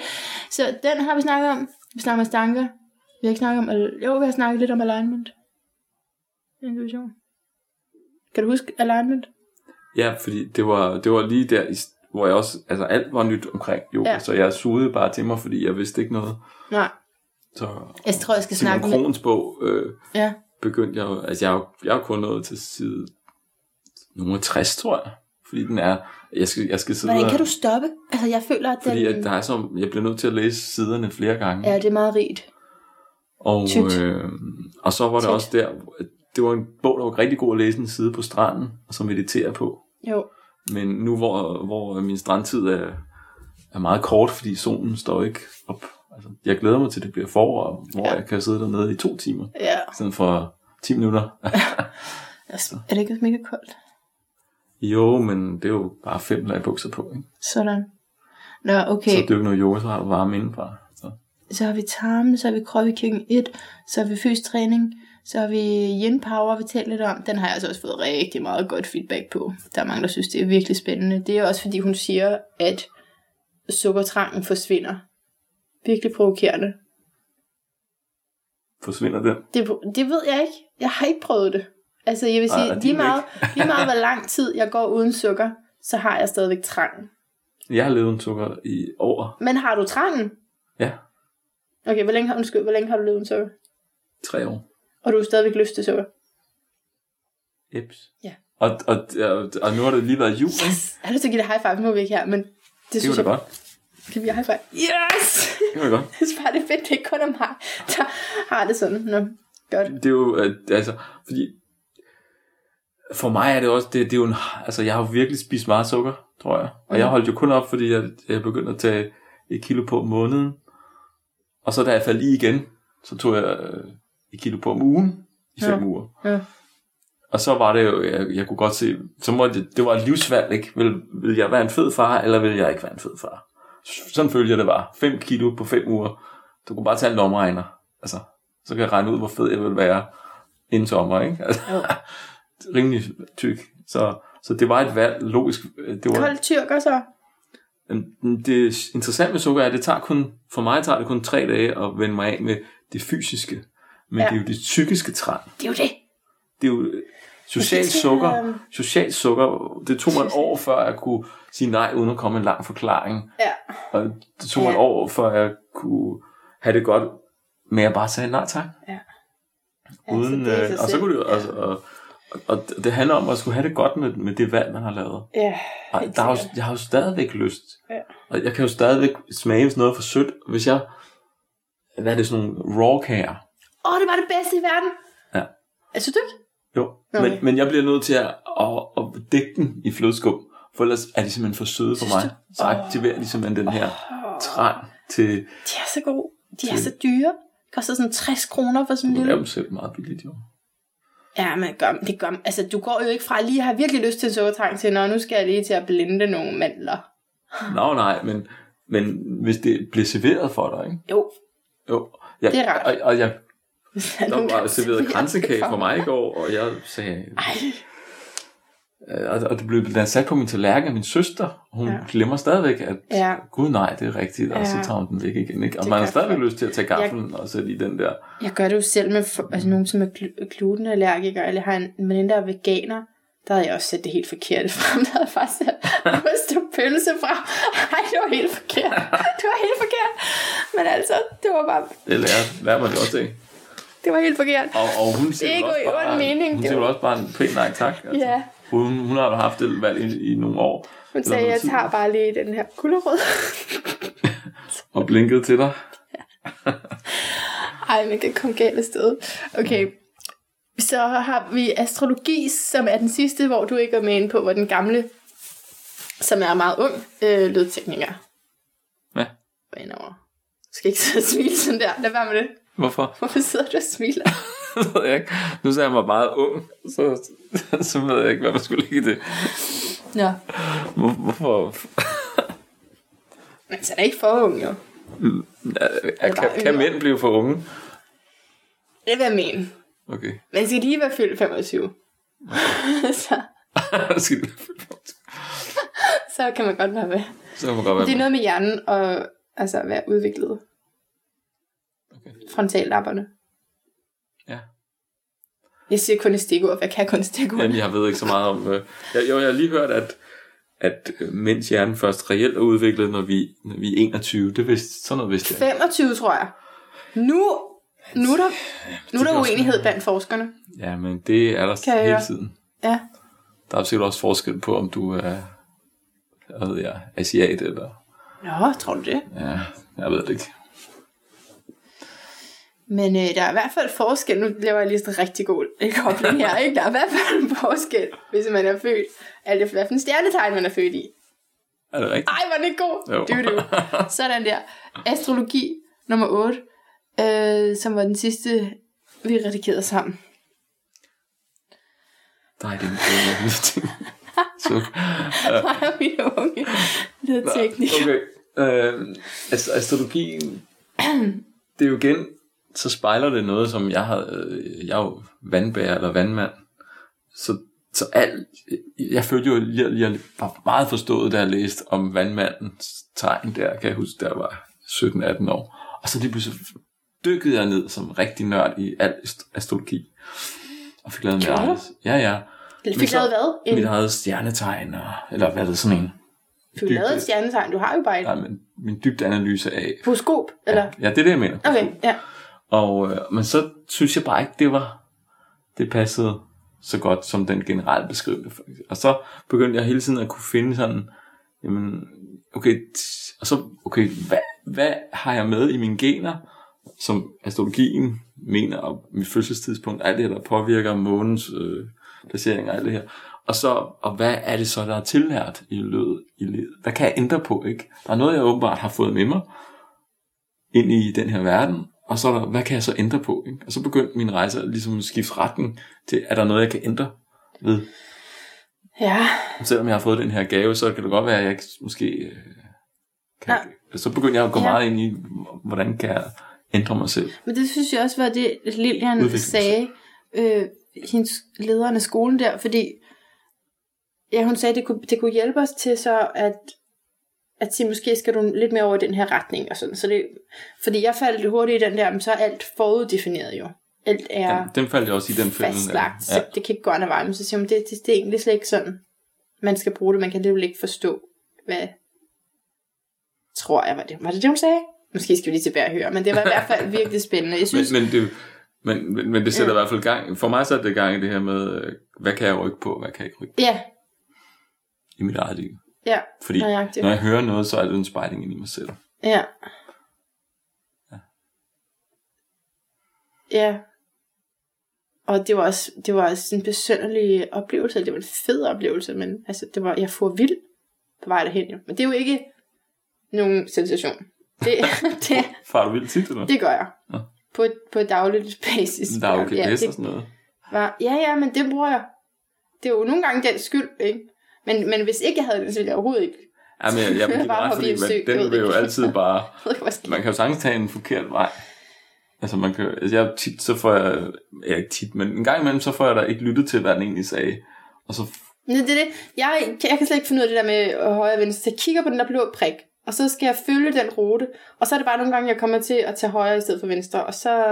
S1: så den har vi snakket om. Vi snakker om stanker. Vi har ikke snakket om... al- Jo, vi har snakket lidt om alignment. Intuition. Kan du huske alignment?
S2: Ja, fordi det var, det var lige der, i s- hvor jeg også, altså alt var nyt omkring yoga,
S1: Ja.
S2: ja. så jeg sugede bare til mig, fordi jeg vidste ikke noget.
S1: Nej,
S2: Så
S1: jeg tror, jeg skal
S2: Simon
S1: snakke med...
S2: Krohns bog øh,
S1: Ja,
S2: begyndte jeg, jo- altså jeg, er jo- jeg er jo kun nået til side nummer 60, tror jeg. Fordi den er, jeg skal, jeg skal sidde
S1: Hvordan
S2: og-
S1: kan du stoppe? Altså, jeg føler, at den...
S2: Fordi at der er så, jeg bliver nødt til at læse siderne flere gange.
S1: Ja, det er meget rigt.
S2: Og,
S1: Tykt.
S2: øh, og så var det
S1: Tæt.
S2: også der, det var en bog, der var rigtig god at læse en side på stranden, og så meditere på.
S1: Jo,
S2: Men nu hvor, hvor min strandtid er, er meget kort, fordi solen står ikke op. Altså, jeg glæder mig til, at det bliver forår, hvor
S1: Ja.
S2: ja. jeg kan sidde dernede i to timer,
S1: ja.
S2: i stedet for 10 minutter. Altså.
S1: Er det ikke mega koldt?
S2: jo, men det er jo bare fem lag bukser på, ikke?
S1: Sådan. Nå, okay.
S2: Så
S1: Så,
S2: det er jo ikke noget yoga, så har du varme indenfra. Så.
S1: så har vi tarmen, så har vi krop i køkken 1, så har vi fysisk træning, så har vi yin power, vi talte lidt om. Den har jeg altså også fået rigtig meget godt feedback på. Der er mange, der synes, det er virkelig spændende. Det er også, fordi hun siger, at sukkertrangen forsvinder. Virkelig provokerende.
S2: Forsvinder den?
S1: Det, det ved jeg ikke. Jeg har ikke prøvet det. Altså, jeg vil
S2: Nej,
S1: sige,
S2: det
S1: lige
S2: er jo
S1: meget, lige meget hvor lang tid jeg går uden sukker, så har jeg stadigvæk trangen.
S2: Jeg har levet en sukker i over,
S1: Men har du trangen?
S2: ja,
S1: Okay, hvor længe, har- undskyld, hvor længe har du levet uden sukker?
S2: tre år.
S1: Og du har stadigvæk lyst til sukker?
S2: Eps.
S1: Ja.
S2: Og, og, og, og nu har det lige været jul, ikke?
S1: Yes! Jeg har lyst til at give dig high five, nu er vi ikke her, men det,
S2: Det var det
S1: synes jeg,
S2: godt.
S1: kan vi give high five? Yes!
S2: Det var det godt.
S1: Jeg synes bare, det er fedt, det er ikke kun om mig, der har det sådan. Nå, godt.
S2: det er jo, øh, altså, fordi for mig er det også, det, det er jo en, altså jeg har jo virkelig spist meget sukker, tror jeg. Og jeg
S1: Mhm.
S2: holdt jo kun op, fordi jeg, jeg begyndte at tage et kilo på om måneden. Og så da jeg faldt i igen, så tog jeg øh, et kilo på om ugen i fem
S1: Ja.
S2: uger.
S1: Ja.
S2: Og så var det jo, jeg, jeg kunne godt se, så må det, det var et livsvalg, ikke? Vil, vil jeg være en fed far, eller vil jeg ikke være en fed far? Sådan følte jeg det var. 5 kilo på 5 uger. Du kunne bare tage en lomregner. Altså, så kan jeg regne ud, hvor fed jeg vil være inden sommer, ikke? Altså,
S1: Jo.
S2: rimelig tyk. Så, så det var et valg, logisk. øh, Det, var,
S1: Kold tyrker så.
S2: Øhm, det interessante med sukker er, at det tager kun, for mig tager det kun tre dage at vende mig af med det fysiske. Men
S1: Ja.
S2: ja. det er jo det psykiske trang.
S1: Det er jo det.
S2: Det er jo øh, socialt
S1: Måske skal jeg,
S2: sukker.
S1: øhm,
S2: Socialt sukker, det tog mig et år, før jeg kunne sige nej, uden at komme med en lang forklaring.
S1: Ja.
S2: Og det tog mig et
S1: Ja.
S2: år, før jeg kunne have det godt med at bare sige nej tak.
S1: Ja,
S2: Uden,
S1: det er
S2: øh, og så
S1: selv.
S2: kunne det, altså, og, og, og det handler om at skulle have det godt med, med det valg, man har lavet.
S1: Ja,
S2: Og
S1: helt
S2: der er jo,
S1: sikkert.
S2: jeg har jo stadigvæk lyst.
S1: Ja.
S2: Og jeg kan jo stadigvæk smage, hvis noget er for sødt. Hvis jeg... Hvad er det, sådan nogle raw kager?
S1: Åh, det var det bedste i verden.
S2: Ja.
S1: Altså du ikke?
S2: Jo.
S1: Nå,
S2: Men,
S1: ja.
S2: men jeg bliver nødt til at, at, at dække den i flødeskum. For ellers er de simpelthen for søde for
S1: Synes
S2: mig.
S1: du?
S2: Så aktiverer de simpelthen den her trang til...
S1: De er så gode. De er
S2: Til-
S1: så dyre. Det koster sådan 60 kroner for sådan en
S2: Du
S1: lille...
S2: laver dem selv meget billigt, jo.
S1: Ja, men gør, det gør, altså, du går jo ikke fra at lige har virkelig lyst til en sukkertrang til, når nu skal jeg lige til at blinde nogle mandler.
S2: Nå, nej, men, men hvis det bliver serveret for dig, ikke?
S1: Jo,
S2: Jo. Jeg,
S1: Det er rart.
S2: Og, og jeg,
S1: hvis der er nogen,
S2: der var serveret
S1: serverer
S2: kransekage
S1: det
S2: for mig i går, og jeg sagde,
S1: Ej,
S2: Øh, Og, og det blev den er sat på min tallerken af min søster. Hun
S1: Ja.
S2: ja. glemmer stadigvæk, at
S1: Ja.
S2: ja. gud nej, det er rigtigt, og så
S1: Ja.
S2: tager hun den væk igen. Ikke? Og
S1: Det
S2: man
S1: gør
S2: har stadigvæk
S1: folk.
S2: lyst til at tage gaffelen og sætte i den der.
S1: Jeg gør det jo selv med for, altså, nogen, som er glu- glutenallergiker, eller har en veninde, der er veganer. Der havde jeg også sat det helt forkert frem. Der havde jeg faktisk sat ost og pølse frem. Ej, det var helt forkert. Det var helt forkert. Men altså, det var bare,
S2: Det lærer, lærer man det også af.
S1: det var helt forkert.
S2: Og, og hun siger
S1: Det er
S2: vel
S1: ikke
S2: også
S1: i ond
S2: bare,
S1: mening,
S2: hun
S1: det
S2: siger
S1: var-
S2: vel også bare en pæn nej tak. Altså.
S1: Ja.
S2: Hun, hun har jo haft det valg i, i nogle år.
S1: Hun sagde,
S2: noget
S1: jeg
S2: tid.
S1: tager bare lige den her gulerod.
S2: og blinkede til dig.
S1: Ej, men det kom galt afsted. Okay, så har vi astrologi, som er den sidste, hvor du ikke er med inde på, hvor den gamle, som er meget ung, øh, lødtekniker
S2: Ja.
S1: var inde over. Du skal ikke sidde og smile sådan der. Lad være med det.
S2: Hvorfor?
S1: Hvorfor sidder du og smiler?
S2: Det ved jeg ikke. Nu sagde jeg mig meget ung, så, så ved jeg ikke, hvad man skulle ligge i det.
S1: Nå.
S2: Hvor, hvorfor?
S1: Men så er der ikke for ung, jo.
S2: Er, kan, kan mænd blive for unge?
S1: Det vil jeg mene.
S2: Okay.
S1: Man skal lige være fyldt 25. så,
S2: Skal vi-
S1: så kan man godt være med.
S2: så kan man godt være
S1: Det er
S2: med.
S1: noget med hjernen og altså at være udviklet.
S2: Okay.
S1: Frontallapperne.
S2: Ja.
S1: Jeg siger kun et stikord. Hvad kan kun et stikord?
S2: Jamen, jeg ved ikke så meget om... Øh, jeg, jo, jeg har lige hørt, at, at øh, mænds hjerne først reelt er udviklet, når vi, når vi er 21. Det vidste, sådan noget vidste jeg ikke.
S1: 25, tror jeg. Nu, nu er der, nu er
S2: Det
S1: der
S2: er også-
S1: uenighed blandt forskerne.
S2: Ja, men det er der
S1: Kan jeg
S2: hele
S1: høre.
S2: tiden.
S1: Ja.
S2: Der er sikkert også forskel på, om du er hvad ved jeg, asiat eller...
S1: Nå, tror du det?
S2: Ja, jeg ved det ikke.
S1: Men øh, der er i hvert fald forskel. Nu laver jeg lige sådan en rigtig god øh, kobling her. Ikke? Der er i hvert fald en forskel, hvis man er født. Alt efter, hvad for en stjernetegn man er født i.
S2: Er det rigtigt?
S1: Ej, var den ikke god?
S2: Jo.
S1: Du, du. Sådan der. Astrologi nummer 8, øh, som var den sidste, vi redigerede sammen. Ah.
S2: Nej, det er ikke det, jeg lyst til. Så,
S1: Mig og mine unge. Det er teknik.
S2: okay. Øh, altså, astrologien, det er jo igen, så spejler det noget, som jeg har, øh, jeg er jo vandbærer eller vandmand, så, så alt, jeg følte jo, jeg, jeg var meget forstået, da jeg læste om vandmandens tegn der, kan jeg huske, da jeg var 17-18 år, og så lige pludselig dykkede jeg ned som rigtig nørd i al ast- astrologi, og fik lavet mit
S1: Gjorde du?
S2: eget, ja ja,
S1: Du
S2: Men
S1: fik
S2: så-
S1: lavet hvad? En,
S2: mit eget stjernetegn, og, eller hvad er det sådan en,
S1: du lavede et stjernetegn. Du har jo bare et
S2: Nej, men min dybde analyse af...
S1: horoskop, eller?
S2: Ja, det er det, jeg mener.
S1: Okay, ja.
S2: Og, øh, men så synes jeg bare ikke, det var... Det passede så godt, som den generelt beskrev det. faktisk. Og så begyndte jeg hele tiden at kunne finde sådan... Jamen, okay, t- og så, okay, hvad, hvad har jeg med i mine gener, som astrologien mener, og mit fødselstidspunkt, alt det her, der påvirker månens øh, placering og alt det her. Og så, og hvad er det så, der er tillært i løbet i livet? Hvad kan jeg ændre på, ikke? Der er noget, jeg åbenbart har fået med mig, ind i den her verden, og så er der, hvad kan jeg så ændre på? Ikke? Og så begyndte min rejse at ligesom at skifte retning til, er der noget, jeg kan ændre ved?
S1: Ja,
S2: Selvom jeg har fået den her gave, så kan det godt være, at jeg ikke måske øh, kan... Ja. Så begyndte jeg at gå
S1: Ja.
S2: ja. meget ind i, hvordan kan jeg ændre mig selv?
S1: men det synes jeg også var det, Lilian
S2: Udvikling.
S1: sagde, øh, hendes lederen af skolen der, fordi ja, hun sagde, det kunne, det kunne hjælpe os til så at at sige, måske skal du lidt mere over i den her retning og sådan. Så det, fordi jeg faldt hurtigt i den der, men så er alt foruddefineret jo. Alt er
S2: Ja. Den faldt jeg også i den fælde.
S1: fastlagt, så
S2: Ja.
S1: det kan ikke gå andre veje. Men så siger hun, det, det, det er egentlig slet ikke sådan, man skal bruge det. Man kan alligevel ikke forstå, hvad tror jeg var det. Var det det, hun sagde? Måske skal vi lige tilbage og høre, men det var i hvert fald virkelig spændende. Jeg
S2: Men,
S1: synes,
S2: men, det, men, men, men det sætter i hvert fald gang. For mig satte det gang i det her med, øh, hvad kan jeg rykke på, hvad kan jeg ikke rykke
S1: ja,
S2: på i mit eget liv.
S1: ja,
S2: Fordi
S1: nøjagtigt.
S2: når jeg hører noget, så er det en spejling ind i mig selv.
S1: ja. Ja. Og det var også, det var også en besønderlig oplevelse. Det var en fed oplevelse, men altså, det var, jeg får vild på vej derhen. Jo. Men det er jo ikke nogen sensation. Det, det,
S2: Far, du vildt tit, eller?
S1: Det gør jeg.
S2: Nå.
S1: På, på dagligt basis.
S2: Der er okay
S1: ja,
S2: ja, og
S1: det
S2: sådan noget.
S1: var, ja, ja, men det bruger jeg. Det er jo nogle gange den skyld, ikke? Men, men hvis ikke jeg havde den, så ville jeg overhovedet ikke.
S2: Ja, men jeg, jeg vil give dig
S1: Bare
S2: ret,
S1: hoppe i
S2: fordi
S1: en sø,
S2: man,
S1: jeg ved
S2: den vil jo
S1: ikke.
S2: altid bare...
S1: Jeg ved ikke, hvad skal.
S2: Man kan jo sagtens tage en forkert vej. Altså, man kan, altså jeg tit, så får jeg... Ja, ikke tit, men en gang imellem, så får jeg da ikke lyttet til, hvad den egentlig sagde. Og så...
S1: Men det er det. Jeg, jeg kan slet ikke finde ud af det der med øh, højre og venstre. Så jeg kigger på den der blå prik, og så skal jeg følge den rute. Og så er det bare nogle gange, jeg kommer til at tage højre i stedet for venstre. Og så...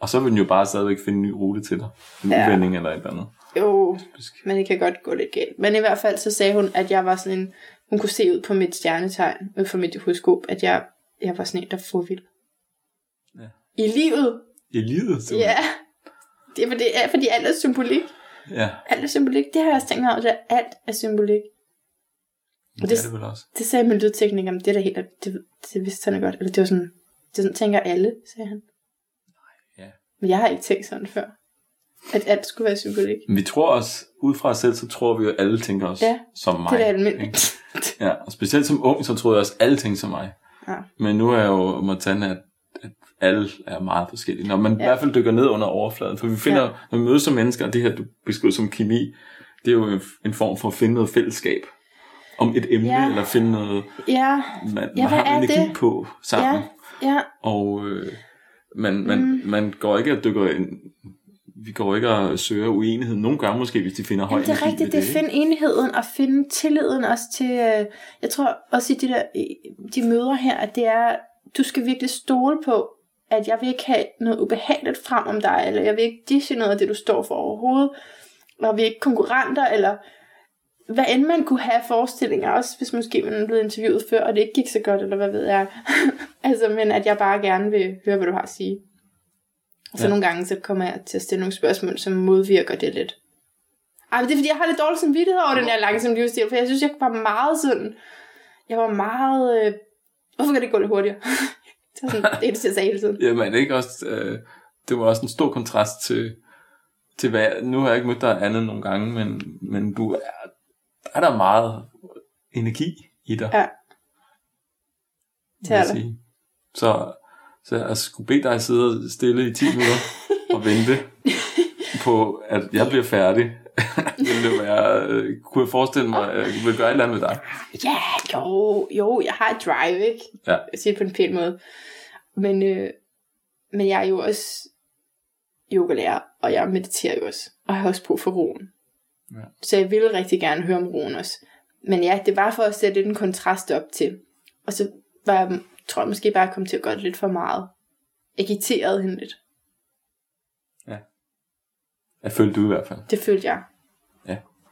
S2: Og så vil den jo bare stadigvæk finde en ny rute til dig. En
S1: Ja.
S2: ja. udvending eller et eller andet.
S1: Jo, men det kan godt gå lidt galt. Men i hvert fald så sagde hun, at jeg var sådan en... Hun kunne se ud på mit stjernetegn, ud fra mit horoskop, at jeg, jeg var sådan en, der får vild.
S2: Ja.
S1: I livet,
S2: I livet, så.
S1: Ja, det er, fordi, det er fordi alt er symbolik.
S2: ja.
S1: Alt er symbolik. Det har jeg også tænkt mig over, at alt er symbolik.
S2: Men det er det vel også.
S1: Det sagde min lydtekniker, men det er da helt, det, det vidste han da godt. Eller det var sådan, det er sådan tænker alle, sagde han.
S2: ja.
S1: Men jeg har ikke tænkt sådan før. At alt skulle være symbolik.
S2: Men vi tror også, ud fra os selv, så tror vi jo, at alle tænker os
S1: Ja,
S2: som mig.
S1: det er da
S2: ikke?
S1: almindeligt.
S2: Ja, og specielt som ung, så troede jeg også, at alle tænkte som mig.
S1: Ja.
S2: Men nu er jeg jo måttet tage, at, at alle er meget forskellige. Når man ja. i
S1: Ja.
S2: hvert fald dykker ned under overfladen. For vi finder,
S1: Ja.
S2: ja. når vi mødes som mennesker, og det her, du beskriver som kemi, det er jo en- en form for at finde noget fællesskab om et emne,
S1: Ja.
S2: ja. eller finde noget,
S1: ja,
S2: man,
S1: Ja,
S2: man
S1: hvad
S2: har
S1: er
S2: energi
S1: det?
S2: på sammen.
S1: ja, ja,
S2: Og øh, man, man, mm. man går ikke og dykker ind, vi går ikke og søger uenighed. Nogle gange måske, hvis de finder høj
S1: Jamen, det er
S2: energi
S1: rigtigt,
S2: ved
S1: det er
S2: ikke?
S1: finde enheden og finde tilliden også til, øh, jeg tror også i de der, i de møder her, at det er, du skal virkelig stole på, at jeg vil ikke have noget ubehageligt frem om dig, eller jeg vil ikke disse noget af det, du står for overhovedet, og vi er ikke konkurrenter, eller hvad end man kunne have af forestillinger, også hvis måske man er blevet interviewet før, og det ikke gik så godt, eller hvad ved jeg. altså, men at jeg bare gerne vil høre, hvad du har at sige. Så
S2: Ja.
S1: nogle gange, så kommer jeg til at stille nogle spørgsmål, som modvirker det lidt. Ej, men det er fordi, jeg har lidt dårlig samvittighed over den her langsomme livsstil, for jeg synes, jeg var meget sådan... Jeg var meget... Øh, hvorfor kan det ikke gå lidt hurtigere? det var sådan, det, er det jeg sagde hele tiden.
S2: Jamen, er det ikke også, øh, det var også en stor kontrast til, til hvad, jeg- nu har jeg ikke mødt dig andet nogle gange, men, men du er, der er der meget energi i dig,
S1: Ja,
S2: vil
S1: det er
S2: jeg
S1: der.
S2: sige. Så, så jeg skulle bede dig sidde stille i 10 minutter og vente på, at jeg bliver færdig. ville det være, øh, kunne jeg forestille mig, at jeg ville gøre et eller andet med dig.
S1: Ja, jo, jo, jeg har et drive, ikke?
S2: Ja.
S1: Jeg siger det på en pæn måde. Men, øh, men jeg er jo også yogalærer, og jeg mediterer jo også, og jeg har også brug for roen.
S2: Ja.
S1: Så jeg ville rigtig gerne høre om roen også. Men ja, det var for at sætte lidt en kontrast op til. Og så var jeg, tror jeg måske bare, jeg kom til at gøre det lidt for meget. Agiteret hende lidt.
S2: Jeg følte du i hvert fald.
S1: Det følte jeg.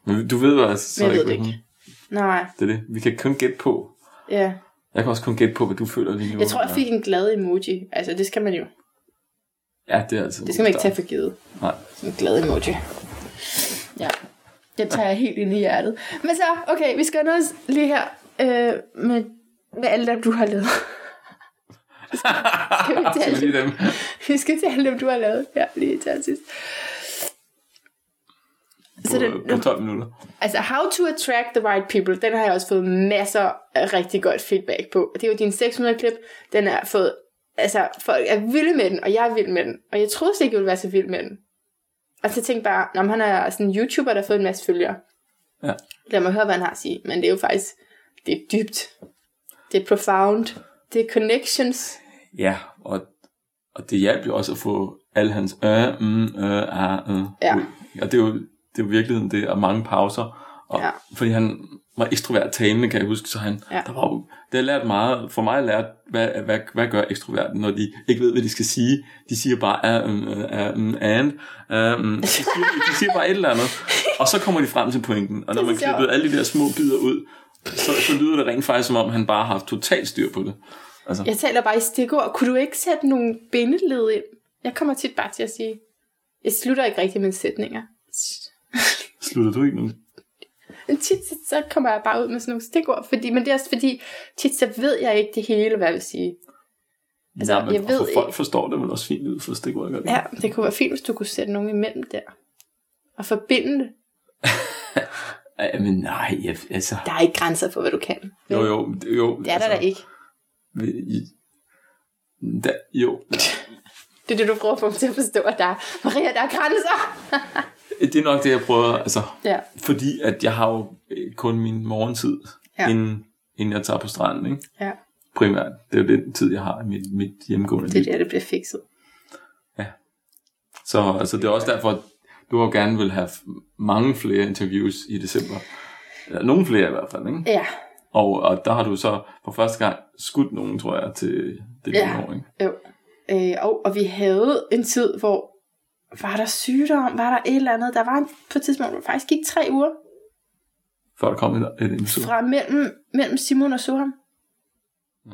S2: Men du ved altså så
S1: Men jeg
S2: ikke,
S1: ved det
S2: hvad hun-
S1: ikke. Nej,
S2: Det er det. Vi kan kun gætte på.
S1: ja.
S2: Jeg kan også kun gætte på, hvad du føler lige nu.
S1: Jeg tror, jeg fik en glad emoji. Altså, det skal man jo.
S2: Ja, det er altså...
S1: Det skal man ikke tage for givet.
S2: Nej.
S1: En glad emoji. Ja. Den tager jeg helt ind i hjertet. Men så, okay, vi skal nå os lige her øh, med, med alle dem, du har lavet. Skal
S2: Det er
S1: vi ikke tale?
S2: lige dem.
S1: vi skal til alle dem, du har lavet. Ja, lige til sidst. Så
S2: På,
S1: den,
S2: på 12 minutter.
S1: altså, How to Attract the Right People, den har jeg også fået masser af rigtig godt feedback på. Det er jo din 600-klip, den har fået, altså, folk er vilde med den, og jeg er vild med den. Og jeg troede slet ikke, jeg ville være så vild med den. Og så tænkte jeg bare, når han er sådan en YouTuber, der har fået en masse følgere.
S2: Ja.
S1: Lad mig høre, hvad han har at sige. Men det er jo faktisk, det er dybt. Det er profound. Det er connections.
S2: Ja, og, og det hjalp jo også at få alle hans øh, mm, øh, ah, øh,
S1: Ja.
S2: ud. Og det er jo, det er jo virkeligheden, det er mange pauser. Og,
S1: Ja.
S2: Fordi han var ekstrovert talende, kan jeg huske, så han,
S1: Ja.
S2: der var jo, det har jeg lært meget, for mig har jeg lært, hvad, hvad, hvad gør ekstroverten, når de ikke ved, hvad de skal sige. De siger bare, ah, mm, øh, ah, mm, and, ah, mm. de, siger, de siger bare et eller andet, og så kommer de frem til pointen. Og når
S1: Det er
S2: man
S1: sjovt.
S2: klipper alle de der små bidder ud, så, så lyder det rent faktisk, som om han bare har haft totalt styr på det. Altså,
S1: Jeg taler bare i stikord. Kunne du ikke sætte nogle bindeled ind? Jeg kommer tit bare til at sige, jeg slutter ikke rigtig med sætninger.
S2: slutter du ikke nu?
S1: Men tit så- så kommer jeg bare ud med sådan nogle stikord, fordi, men det er også fordi, tit så ved jeg ikke det hele, hvad jeg vil sige. Altså,
S2: Altså, Nej, men
S1: jeg
S2: jeg
S1: ved
S2: ved folk
S1: ikke.
S2: forstår det vel også fint ud for stikord, gør det?
S1: Ja, det kunne være fint, hvis du kunne sætte nogen imellem der. Og forbinde det.
S2: Ja, men nej, jeg, altså...
S1: Der er ikke grænser for, hvad du kan.
S2: Jo, jo, det- jo. altså.
S1: Det er der da ikke.
S2: ikke. Da, jo.
S1: Det er det, du prøver at få mig til at forstå, at der er, Maria, der er grænser.
S2: Det er nok det, jeg prøver, altså...
S1: Ja,
S2: Fordi at jeg har jo øh, kun min morgentid,
S1: Ja.
S2: ja. inden, inden jeg tager på stranden, ikke?
S1: ja.
S2: Primært. Det er jo den tid, jeg har i mit, mit hjemmegående
S1: Det er
S2: liv.
S1: der, det bliver fikset.
S2: Så altså, det er også derfor, at du har gerne vil have mange flere interviews i december. Eller nogle flere i hvert fald, ikke?
S1: Ja,
S2: Og, og der har du så for første gang skudt nogen, tror jeg, til det nye
S1: Ja.
S2: år, ikke?
S1: jo. Øh, og, og vi havde en tid, hvor var der sygdom, var der et eller andet. Der var en, på et tidspunkt, hvor det faktisk gik tre uger
S2: før der kom et, et episode.
S1: fra mellem, mellem Simon og Soham.
S2: Nå,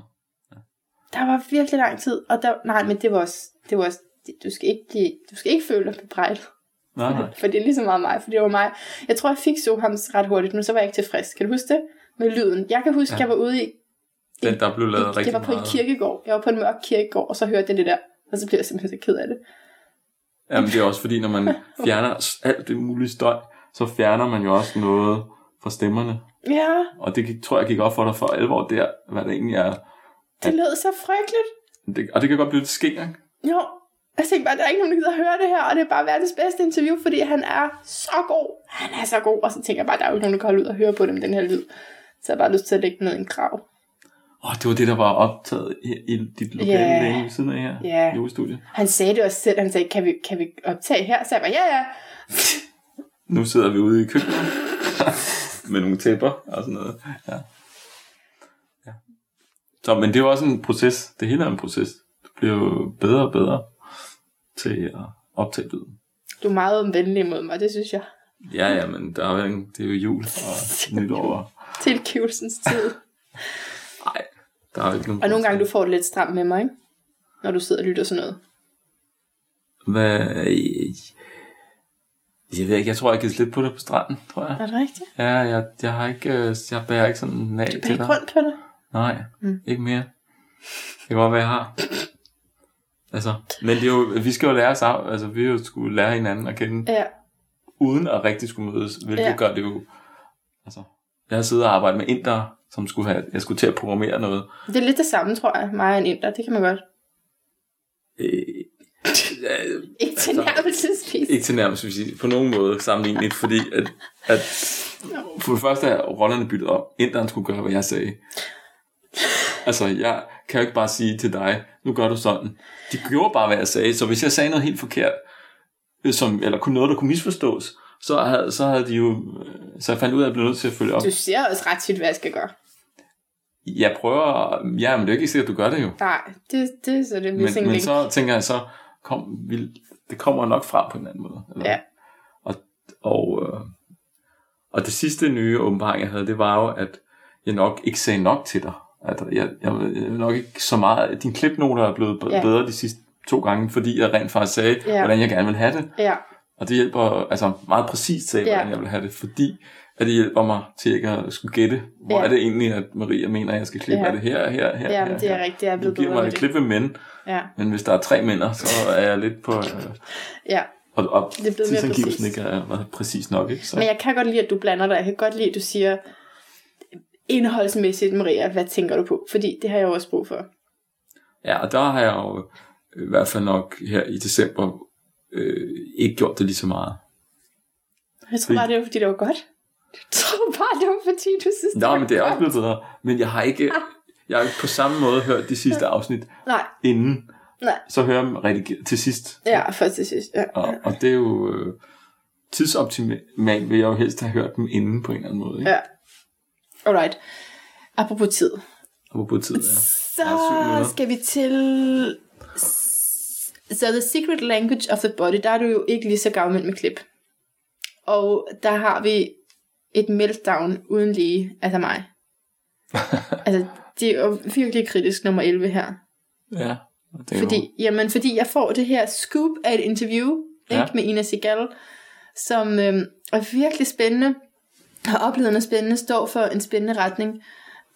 S1: Der var virkelig lang tid, og der, nej, men det var også, det var også det- du skal ikke, give, du skal ikke føle dig bebrejdet,
S2: Nej, nej.
S1: for det er lige så meget mig, for det var mig. Jeg tror, jeg fik Sohams ret hurtigt, men så var jeg ikke tilfreds. Kan du huske det? med lyden. Jeg kan huske, ja. jeg var ude i,
S2: Den, der blev lavet
S1: det,
S2: rigtig
S1: det var på en
S2: meget.
S1: kirkegård. Jeg var på en mørk kirkegård, og så hørte jeg det der. Og så blev jeg simpelthen så ked af det.
S2: Jamen, det er også fordi, når man fjerner s- alt det mulige støj, så fjerner man jo også noget fra stemmerne.
S1: Ja,
S2: Og det gik, tror jeg gik op for dig for alvor der, hvad det egentlig er.
S1: det lød så frygteligt.
S2: Det, og det kan godt blive lidt skægt, ikke?
S1: Jo, jeg tænkte bare, der er ikke nogen, der gider at høre det her, og det er bare verdens bedste interview, fordi han er så god. Han er så god, og så tænker jeg bare, der er jo ikke nogen, der kan holde ud og høre på dem, den her lyd. Så jeg har bare lyst til at lægge den ned i en grav.
S2: Åh, det var det, der var optaget i, i dit lokale
S1: Ja.
S2: yeah. længe ved siden af her.
S1: Ja.
S2: Julestudie.
S1: Han sagde det også selv, han sagde, kan vi, kan vi optage her? Så jeg bare, ja ja.
S2: Nu sidder vi ude i køkkenet med nogle tæpper og sådan noget. Ja. ja. Så, men det er jo også en proces. Det hele er en proces. Du bliver jo bedre og bedre til at optage lyden.
S1: Du er meget venlig mod mig, det synes jeg.
S2: Ja, ja, men der er jo en, det er jo jul og nytår. og-
S1: Tilgivelsens tid.
S2: Ej, der er jo ikke nogen...
S1: Og nogle gange, du får det lidt stramt med mig, ikke? Når du sidder og lytter sådan noget.
S2: Hvad... Jeg ved ikke, jeg tror, jeg har givet lidt på det på stranden, tror jeg.
S1: Er det rigtigt?
S2: Ja, jeg, jeg har ikke... øh, Jeg bærer ikke sådan en nag
S1: Du
S2: til
S1: ikke
S2: dig.
S1: rundt på det.
S2: Nej,
S1: Mm.
S2: mm. ikke mere. Det kan godt være, jeg har. Altså, men det er jo, vi skal jo lære os af, altså vi har jo skulle lære hinanden at kende,
S1: Ja.
S2: uden at rigtig skulle mødes, hvilket
S1: Ja.
S2: ja. gør det jo, altså, jeg har siddet og arbejdet med indere, som skulle have, jeg skulle til at programmere noget.
S1: Det er lidt det samme, tror jeg. Mig og en inder, det kan man godt.
S2: Øh, øh,
S1: Ikke til
S2: Altså,
S1: nærmelsespis.
S2: ikke til nærmest, vil sige, på nogen måde sammenlignet, fordi at, at for det første er rollerne byttet op. Inderen skulle gøre, hvad jeg sagde. Altså, jeg kan jo ikke bare sige til dig, nu gør du sådan. De gjorde bare, hvad jeg sagde, så hvis jeg sagde noget helt forkert, øh, som, eller kunne noget, der kunne misforstås, så havde, så havde de jo, øh, så jeg fandt ud af, at jeg blev nødt til at følge op.
S1: Du siger også ret tit, hvad jeg skal gøre.
S2: Jeg prøver, ja, men det er jo ikke sikkert, at du gør det jo.
S1: Nej, det, det er så det
S2: Men,
S1: missing
S2: men
S1: link.
S2: så tænker jeg så, kom, vi, det kommer nok fra på en anden måde. Eller?
S1: Ja.
S2: Og, og, øh, og det sidste nye åbenbaring, jeg havde, det var jo, at jeg nok ikke sagde nok til dig. At jeg, jeg, jeg nok ikke så meget... Dine klipnoter er blevet
S1: Ja.
S2: ja. bedre de sidste to gange, fordi jeg rent faktisk sagde,
S1: Ja.
S2: ja. hvordan jeg gerne vil have det.
S1: Ja,
S2: Og det hjælper altså meget præcist til,
S1: Ja.
S2: hvordan jeg vil have det, fordi at det hjælper mig til ikke at skulle gætte, hvor
S1: Ja.
S2: er det egentlig, at Maria mener, at jeg skal klippe.
S1: Ja.
S2: Ja. Er det her, her, her,
S1: ja
S2: her?
S1: men det er
S2: her?
S1: rigtigt, jeg er
S2: Du
S1: blevet
S2: giver
S1: bedre
S2: mig
S1: med
S2: et
S1: det.
S2: klip ved mænd,
S1: Ja,
S2: men hvis der er tre minder, så er jeg lidt på... Øh,
S1: ja.
S2: og og
S1: Det er blevet mere
S2: tidsangivelsen
S1: præcist.
S2: ikke er hvad, præcis nok, ikke? Så,
S1: Men jeg kan godt lide, at du blander dig. Jeg kan godt lide, at du siger indholdsmæssigt, Maria, hvad tænker du på? Fordi det har jeg jo også brug for.
S2: ja, og der har jeg jo øh, i hvert fald nok her i december øh, ikke gjort det lige så meget.
S1: Jeg tror
S2: Fordi-
S1: bare, det var, fordi det var godt. Jeg tror bare, det var, fordi du synes,
S2: Nå,
S1: var
S2: men det er også
S1: godt.
S2: blevet bedre. Men jeg har ikke, jeg har ikke på samme måde hørt de sidste afsnit
S1: Nej,
S2: inden.
S1: Nej.
S2: Så hører jeg dem redigeret til sidst.
S1: ja, først til sidst. Ja.
S2: Og, og det er jo øh, tidsoptimalt, vil jeg jo helst have hørt dem inden på en eller anden måde. Ikke?
S1: Ja. Alright. Apropos tid.
S2: Og på tid, ja.
S1: Så
S2: Der er syv minutter.
S1: skal vi til... Så The Secret Language of the Body, der er du jo ikke lige så gavmild med klip. Og der har vi et meltdown uden lige, altså mig. altså, det er jo virkelig kritisk nummer 11 her.
S2: ja. og det er jo-
S1: Fordi, jamen, fordi jeg får det her scoop af et interview
S2: Ja.
S1: ikke, med Ina Segal, som øhm, er virkelig spændende, har oplevet noget spændende, står for en spændende retning,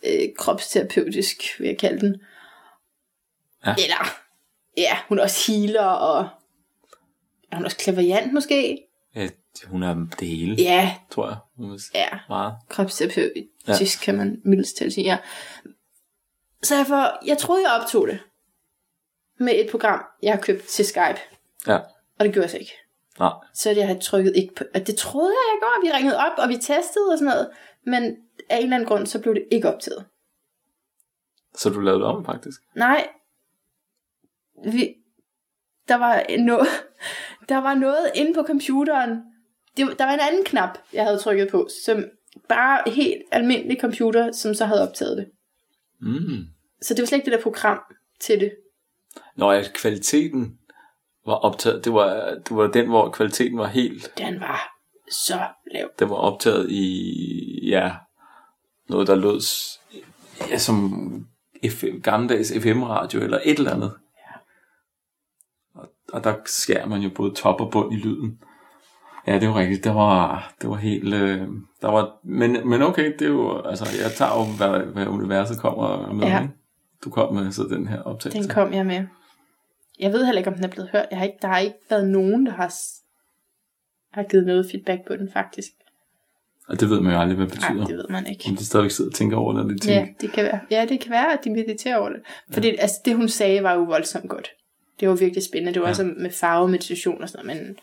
S1: øh, kropsterapeutisk vil jeg kalde den.
S2: Ja.
S1: Eller, ja, hun er også healer, og er hun også klaverjant måske?
S2: Ja, hun er det hele,
S1: Ja,
S2: tror jeg. Hun vil sige.
S1: ja,
S2: Meget.
S1: kropsterapeutisk ja. kan man mildest talt sige, ja. Så jeg, får, jeg troede, jeg optog det med et program, jeg har købt til Skype.
S2: Ja.
S1: Og det gjorde jeg så ikke.
S2: Nej.
S1: Så jeg har trykket ikke på, og det troede jeg, jeg gjorde. Vi ringede op, og vi testede og sådan noget. Men af en eller anden grund, så blev det ikke optaget.
S2: Så du lavede det om, faktisk?
S1: Nej. Vi, der var noget, der var noget inde på computeren. Det, var- der var en anden knap, jeg havde trykket på, som bare helt almindelig computer, som så havde optaget det.
S2: Mm.
S1: Så det var slet ikke det der program til det.
S2: Nå, ja, kvaliteten var optaget. Det var, det var den, hvor kvaliteten var helt...
S1: Den var så lav.
S2: Den var optaget i... Ja, noget, der lød s- ja, som FM, gammeldags FM-radio eller et eller andet. Og, og der skærer man jo både top og bund i lyden. Ja, det var rigtigt. Det var, det var helt... Øh, der var, men, men okay, det er jo... Altså, jeg tager jo, hvad, hvad universet kommer med.
S1: Ja.
S2: Ja. Du kom med så den her optagelse.
S1: Den kom jeg med. Jeg ved heller ikke, om den er blevet hørt. Jeg har ikke, der har ikke været nogen, der har, s- har givet noget feedback på den, faktisk.
S2: Og det ved man jo aldrig, hvad det
S1: Nej,
S2: betyder.
S1: det ved man ikke.
S2: Om de stadigvæk sidder og tænker over, når de tænker.
S1: Ja det, kan være. ja, det kan være, at de mediterer over det. For det, altså, det, hun sagde, var jo voldsomt godt. Det var virkelig spændende. Det var ja. også med farve, meditation og sådan noget. Men,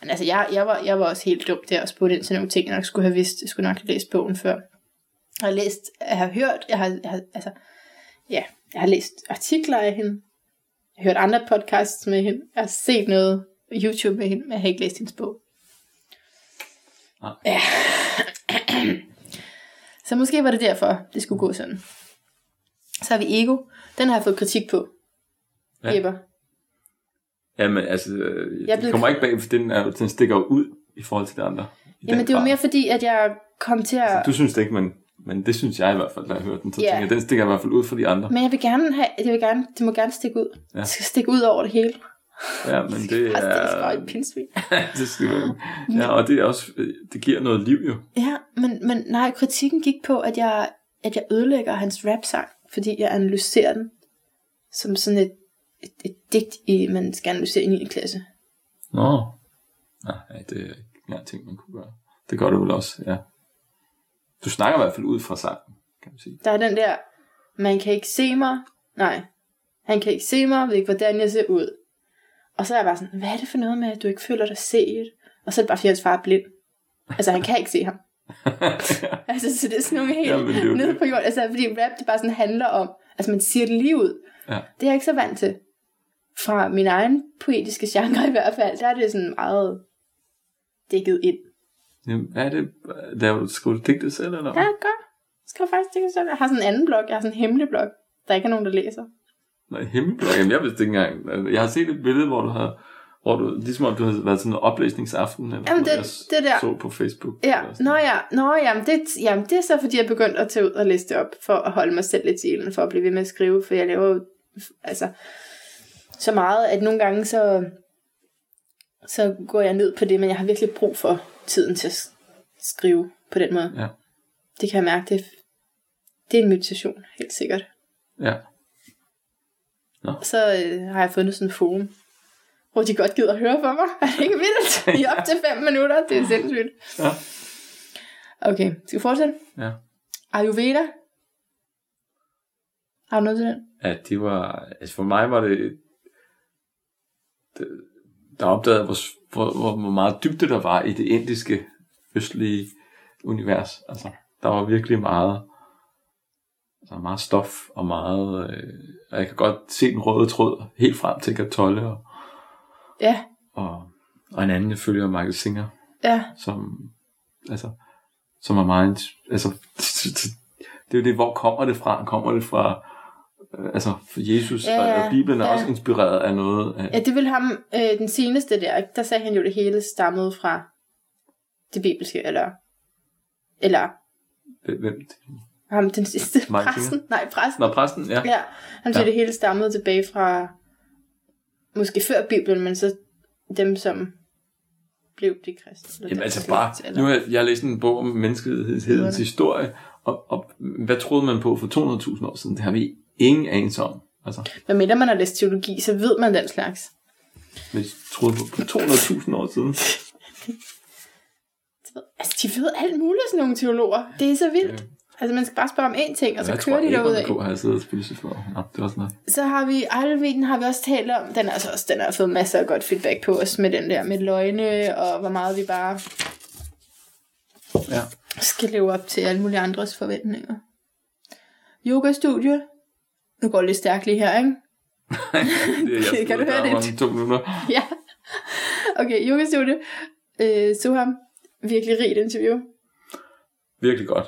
S1: men altså, jeg, jeg, var, jeg var også helt dum der og spurgte ind til nogle ting, jeg nok skulle have vidst. Jeg skulle nok have læst bogen før. Jeg har læst, jeg har hørt, jeg har, jeg har altså, ja, jeg har læst artikler af hende. Jeg har hørt andre podcasts med hende. Jeg har set noget YouTube med hende, men jeg har ikke læst hendes bog.
S2: Nej.
S1: Ja. Så måske var det derfor, det skulle gå sådan. Så har vi Ego. Den har jeg fået kritik på.
S2: Ja.
S1: Ja. Eber.
S2: Jamen, altså, øh,
S1: Jeg
S2: jeg
S1: blev-
S2: det kommer ikke bag, for den, er, jo- den stikker jo ud i forhold til de andre. I den
S1: Jamen det var
S2: grad. Altså,
S1: mere fordi, at jeg kom til at...
S2: Du synes det ikke, men, men det synes jeg i hvert fald, da jeg hørte den. Så
S1: Ja.
S2: tænker jeg, den stikker i hvert fald ud for de andre.
S1: Men jeg vil gerne have... Jeg vil gerne... Det må gerne stikke ud.
S2: Ja.
S1: Det skal stikke ud over det hele.
S2: Ja, men det
S1: Ja. Det er
S2: er...
S1: et pindsvin.
S2: det skal være. Ja, og det er også... Det giver noget liv jo.
S1: Ja, men, men nej, kritikken gik på, at jeg, at jeg ødelægger hans rapsang, fordi jeg analyserer den som sådan et, et, et digt, i, man skal analysere i 9. klasse.
S2: Nå. Nej, det er ikke en ting, man kunne gøre. Det gør du vel også, ja. Du snakker i hvert fald ud fra sangen, kan man sige.
S1: Der er den der, man kan ikke se mig. Nej, han kan ikke se mig, ved ikke, hvordan jeg ser ud. Og så er jeg bare sådan, hvad er det for noget med, at du ikke føler dig set? Og så er det bare, fordi hans far er blind. Altså, han kan ikke se ham. Altså, så det er sådan nogle helt
S2: Jamen, det er jo
S1: Jamen, nede
S2: det.
S1: på jorden. Altså, fordi rap, det bare sådan handler om, altså man siger det lige ud.
S2: Ja.
S1: Det er jeg ikke så vant til. Fra min egen poetiske genre i hvert fald, der er det sådan meget dækket ind.
S2: Jamen, er det... Laver du skrev du digtet selv, eller
S1: Ja,
S2: hvad?
S1: godt. Skal jeg faktisk dække selv? Jeg har sådan en anden blog, jeg har sådan en hemmelig blog, der ikke er nogen, der læser.
S2: Nej, himmelblå. Jamen, jeg vidste ikke engang. Altså, Jeg har set et billede, hvor du havde... Hvor du, ligesom om du havde været sådan en oplæsningsaften, eller
S1: Jamen,
S2: hvor
S1: det-
S2: jeg s-
S1: det der.
S2: så på Facebook.
S1: Ja,
S2: eller sådan
S1: nå
S2: noget.
S1: ja, nå ja, men det, jamen det er så fordi, jeg er begyndt at tage ud og læse det op, for at holde mig selv lidt i ilden, for at blive ved med at skrive, for jeg laver jo altså, så meget, at nogle gange så, så går jeg ned på det, men jeg har virkelig brug for tiden til at s- skrive på den måde.
S2: Ja.
S1: Det kan jeg mærke, det, det er en meditation, helt sikkert.
S2: Ja.
S1: Så øh, har jeg fundet sådan en forum, hvor de godt gider at høre på mig. Er det ikke vildt? I op til fem minutter, det er sindssygt.
S2: Ja.
S1: Okay, skal vi fortsætte?
S2: ja.
S1: Ayurveda? Har du noget til den?
S2: Ja, det var... Altså for mig var det... det der opdagede jeg, hvor, hvor, hvor hvor meget dybde der var i det indiske østlige univers. Altså, der var virkelig meget, altså meget stof og meget... Øh, og jeg kan godt se den røde tråd helt frem til Katolle og,
S1: Ja,
S2: og, og en anden, jeg følger, Michael Singer,
S1: ja,
S2: som, altså, som er meget, ins- altså, det er jo det, hvor kommer det fra? Kommer det fra, øh, altså, for Jesus
S1: Ja,
S2: ja,
S1: ja,
S2: og Bibelen er
S1: ja.
S2: også inspireret af noget. Af,
S1: ja det ville ham, øh, den seneste der, ikke? der sagde han jo, det hele stammede fra det bibelske, eller, eller
S2: hvem?
S1: ham, den sidste
S2: Martin
S1: præsten, nej præsten,
S2: Nå, præsten, ja.
S1: ja, han sagde,
S2: Ja.
S1: det hele stammede tilbage fra, måske før bibelen, men så dem, som blev de kristne.
S2: Jamen altså bare, nu har jeg, jeg har læst en bog om menneskehedens historie, og, og hvad troede man på for 200.000 år siden? Det har vi ingen anelse om. Altså,
S1: Hvad mindre man har læst teologi, så ved man den slags.
S2: vi troede på for 200.000 år siden.
S1: Altså, de ved alt muligt, sådan nogle teologer. Det er så vildt.
S2: Ja.
S1: Altså, man skal bare spørge om én ting, og så
S2: jeg
S1: kører de derud af.
S2: på, har jeg siddet og spist for. Nå, det var sådan noget.
S1: Så har vi Arleviden, har vi også talt om. Den er altså også, den har fået masser af godt feedback på os med den der med løgne, og hvor meget vi bare
S2: Ja.
S1: skal leve op til alle mulige andres forventninger. Yoga-studie. Nu går det lidt stærkt lige her, ikke?
S2: Det, er- jeg
S1: Kan du
S2: stod
S1: høre
S2: der
S1: det?
S2: Om to minutter.
S1: Ja. Okay, yoga-studie. Øh, så ham. Virkelig rigt interview.
S2: virkelig godt.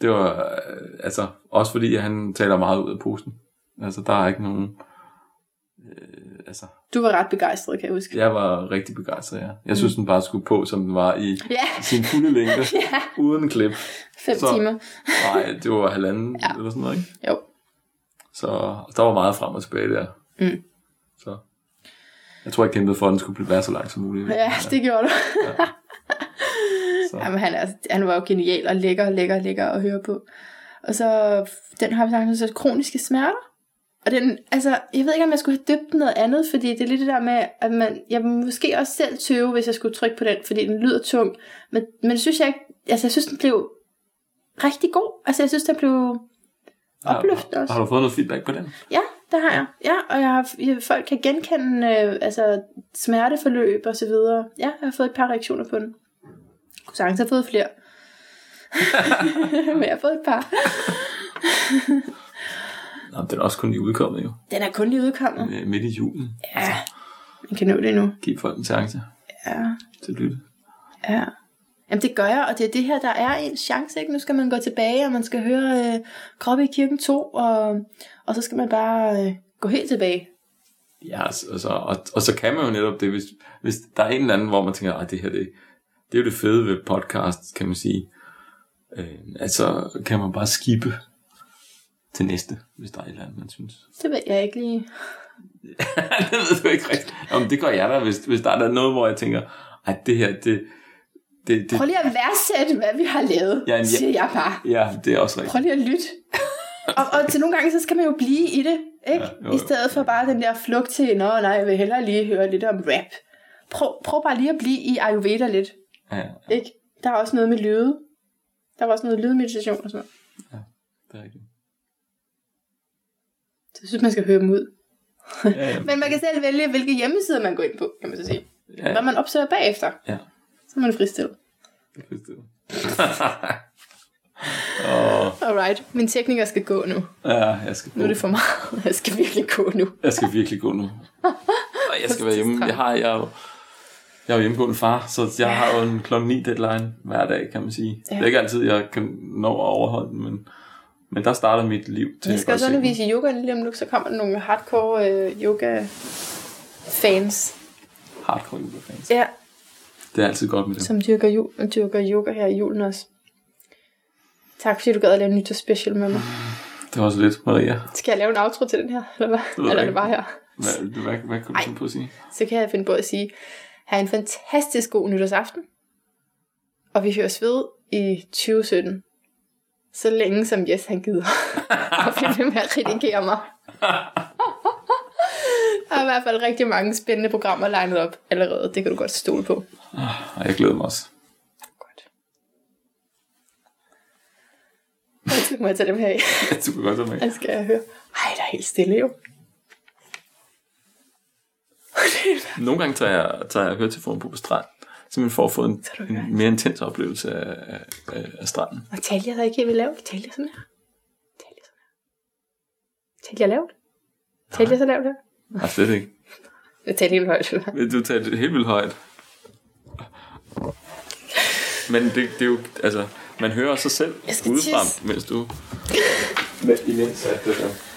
S2: Det var, øh, altså, også fordi han taler meget ud af posen. Altså, der er ikke nogen... Øh, altså,
S1: Du var ret begejstret, kan jeg huske.
S2: jeg var rigtig begejstret, ja. Jeg
S1: Mm.
S2: synes, den bare skulle på, som den var i
S1: Ja,
S2: sin fulde længde,
S1: Ja.
S2: uden klip.
S1: fem
S2: Så-
S1: timer.
S2: Nej, det var halvanden
S1: Ja.
S2: ja. eller sådan noget, ikke?
S1: Jo.
S2: Så der var meget frem og tilbage der.
S1: Mm.
S2: Så, Jeg tror, jeg kæmpede for, at den skulle blive være så lang som muligt. altså,
S1: Ja, det gjorde du.
S2: Ja. Så.
S1: Jamen, han, er, han var jo genial og lækker, lækker, lækker at høre på. Og så den har vi sagt, så kroniske smerter. Og den, altså, jeg ved ikke, om jeg skulle have døbt den noget andet, fordi det er lidt det der med, at man, jeg ville måske også selv tøve, hvis jeg skulle trykke på den, fordi den lyder tung. Men, men det synes jeg ikke, altså jeg synes, den blev rigtig god. Altså jeg synes, den blev
S2: Har-
S1: opløftende også.
S2: Har, har, du fået noget feedback på den?
S1: Ja, det har jeg. Ja, og jeg har, jeg- folk kan genkende øh, altså, smerteforløb og så videre. Ja, jeg har fået et par reaktioner på den. Jeg kunne sagtens have fået flere. Men jeg har fået et par.
S2: Nå, men den er også kun lige udkommet jo.
S1: Den er kun lige udkommet.
S2: Øh, Midt i julen.
S1: Ja, man kan nå det nu.
S2: Giv folk en chance
S1: Ja,
S2: til at lytte.
S1: ja. Jamen det gør jeg, og det er det her, der er en chance, ikke? Nu skal man gå tilbage, og man skal høre øh, Kroppe i kirken 2, og, og så skal man bare øh, gå helt tilbage.
S2: Ja, altså, og så, og, og så kan man jo netop det, hvis, hvis der er en eller anden, hvor man tænker, at det her, det, det er jo det fede ved podcast, kan man sige. Øh, at så kan man bare skippe til næste, hvis der er et eller andet, man synes.
S1: Det ved jeg ikke lige.
S2: det ved du ikke rigtigt. Jamen, det gør jeg da, hvis, hvis der er der noget, hvor jeg tænker, at det her, det, det, det,
S1: Prøv lige at værdsætte, hvad vi har lavet,
S2: Ja,
S1: ja,
S2: men jeg-
S1: siger jeg bare.
S2: ja, det er også rigtigt.
S1: Prøv lige at lytte. og, og til nogle gange, så skal man jo blive i det, ikke?
S2: Ja,
S1: Ja,
S2: jo,
S1: jo,
S2: jo.
S1: I stedet for bare den der flugt til, nå nej, jeg vil hellere lige høre lidt om rap. Prøv, prøv bare lige at blive i Ayurveda lidt,
S2: Ja, ja,
S1: ikke? Der er også noget med lyde. Der var også noget lydmeditation og sådan noget.
S2: det er rigtigt.
S1: Så jeg synes, man skal høre dem ud.
S2: Ja, ja.
S1: Men man kan selv vælge, hvilke hjemmesider man går ind på, kan man så sige.
S2: Ja.
S1: Hvad man opsøger bagefter.
S2: Ja.
S1: Så er man fristillet.
S2: Åh,
S1: Alright, min tekniker skal gå nu.
S2: ja, jeg skal
S1: Nu er det for meget. Jeg skal virkelig gå nu.
S2: Jeg skal virkelig gå nu. Og jeg skal være hjemme. Jeg har, jeg er jo, jeg er jo hjemmegående far, så jeg har jo en klokken 9 deadline hver dag, kan man sige. Ja. Det er
S1: Ja.
S2: ikke altid, jeg kan nå at overholde den, men, men der starter mit liv til
S1: Jeg skal også
S2: godt se den.
S1: undervise i yoga lige om nu, så kommer der nogle hardcore øh, yoga fans.
S2: hardcore julefans.
S1: Ja,
S2: Det er altid godt med dem.
S1: som dyrker, jul, dyrker yoga her i julen også. Tak fordi du gad at lave en nytårsspecial med mig.
S2: Det var også lidt, Maria.
S1: Skal jeg lave en outro til den her, eller hvad?
S2: ved jeg
S1: Eller er
S2: ikke.
S1: det bare her?
S2: Hvad, hvad, hvad, hvad kunne du
S1: Ej.
S2: finde på at sige?
S1: Så kan jeg finde på at sige, have en fantastisk god nytårsaften. Og vi høres ved i 2017. Så længe som Jes han gider. og bliver ved med at kritikere mig. Der er i hvert fald rigtig mange spændende programmer legnet op allerede. Det kan du godt stole på.
S2: Og jeg glæder mig også.
S1: Godt. Jeg tænker mig at tage dem her i.
S2: Du kan godt tage med.
S1: Jeg skal høre. Ej, der er helt stille jo.
S2: Nogle gange tager jeg, tager jeg høretelefonen på på stranden, simpelthen for at få en,
S1: du hører.
S2: en mere intens oplevelse af, af, af- af stranden.
S1: Og talte jeg så ikke helt vildt lavt? Talte jeg sådan her? Talte jeg sådan her? Talte jeg lavt? Talte jeg så lavt her?
S2: Nej, slet ikke.
S1: Jeg talte helt højt. eller hvad?
S2: Men Du tager det helt vildt højt. Men det, det er jo, altså, man hører også sig selv
S1: Jeg skal
S2: udefra,
S1: tisse.
S2: mens du... Men imens at det der.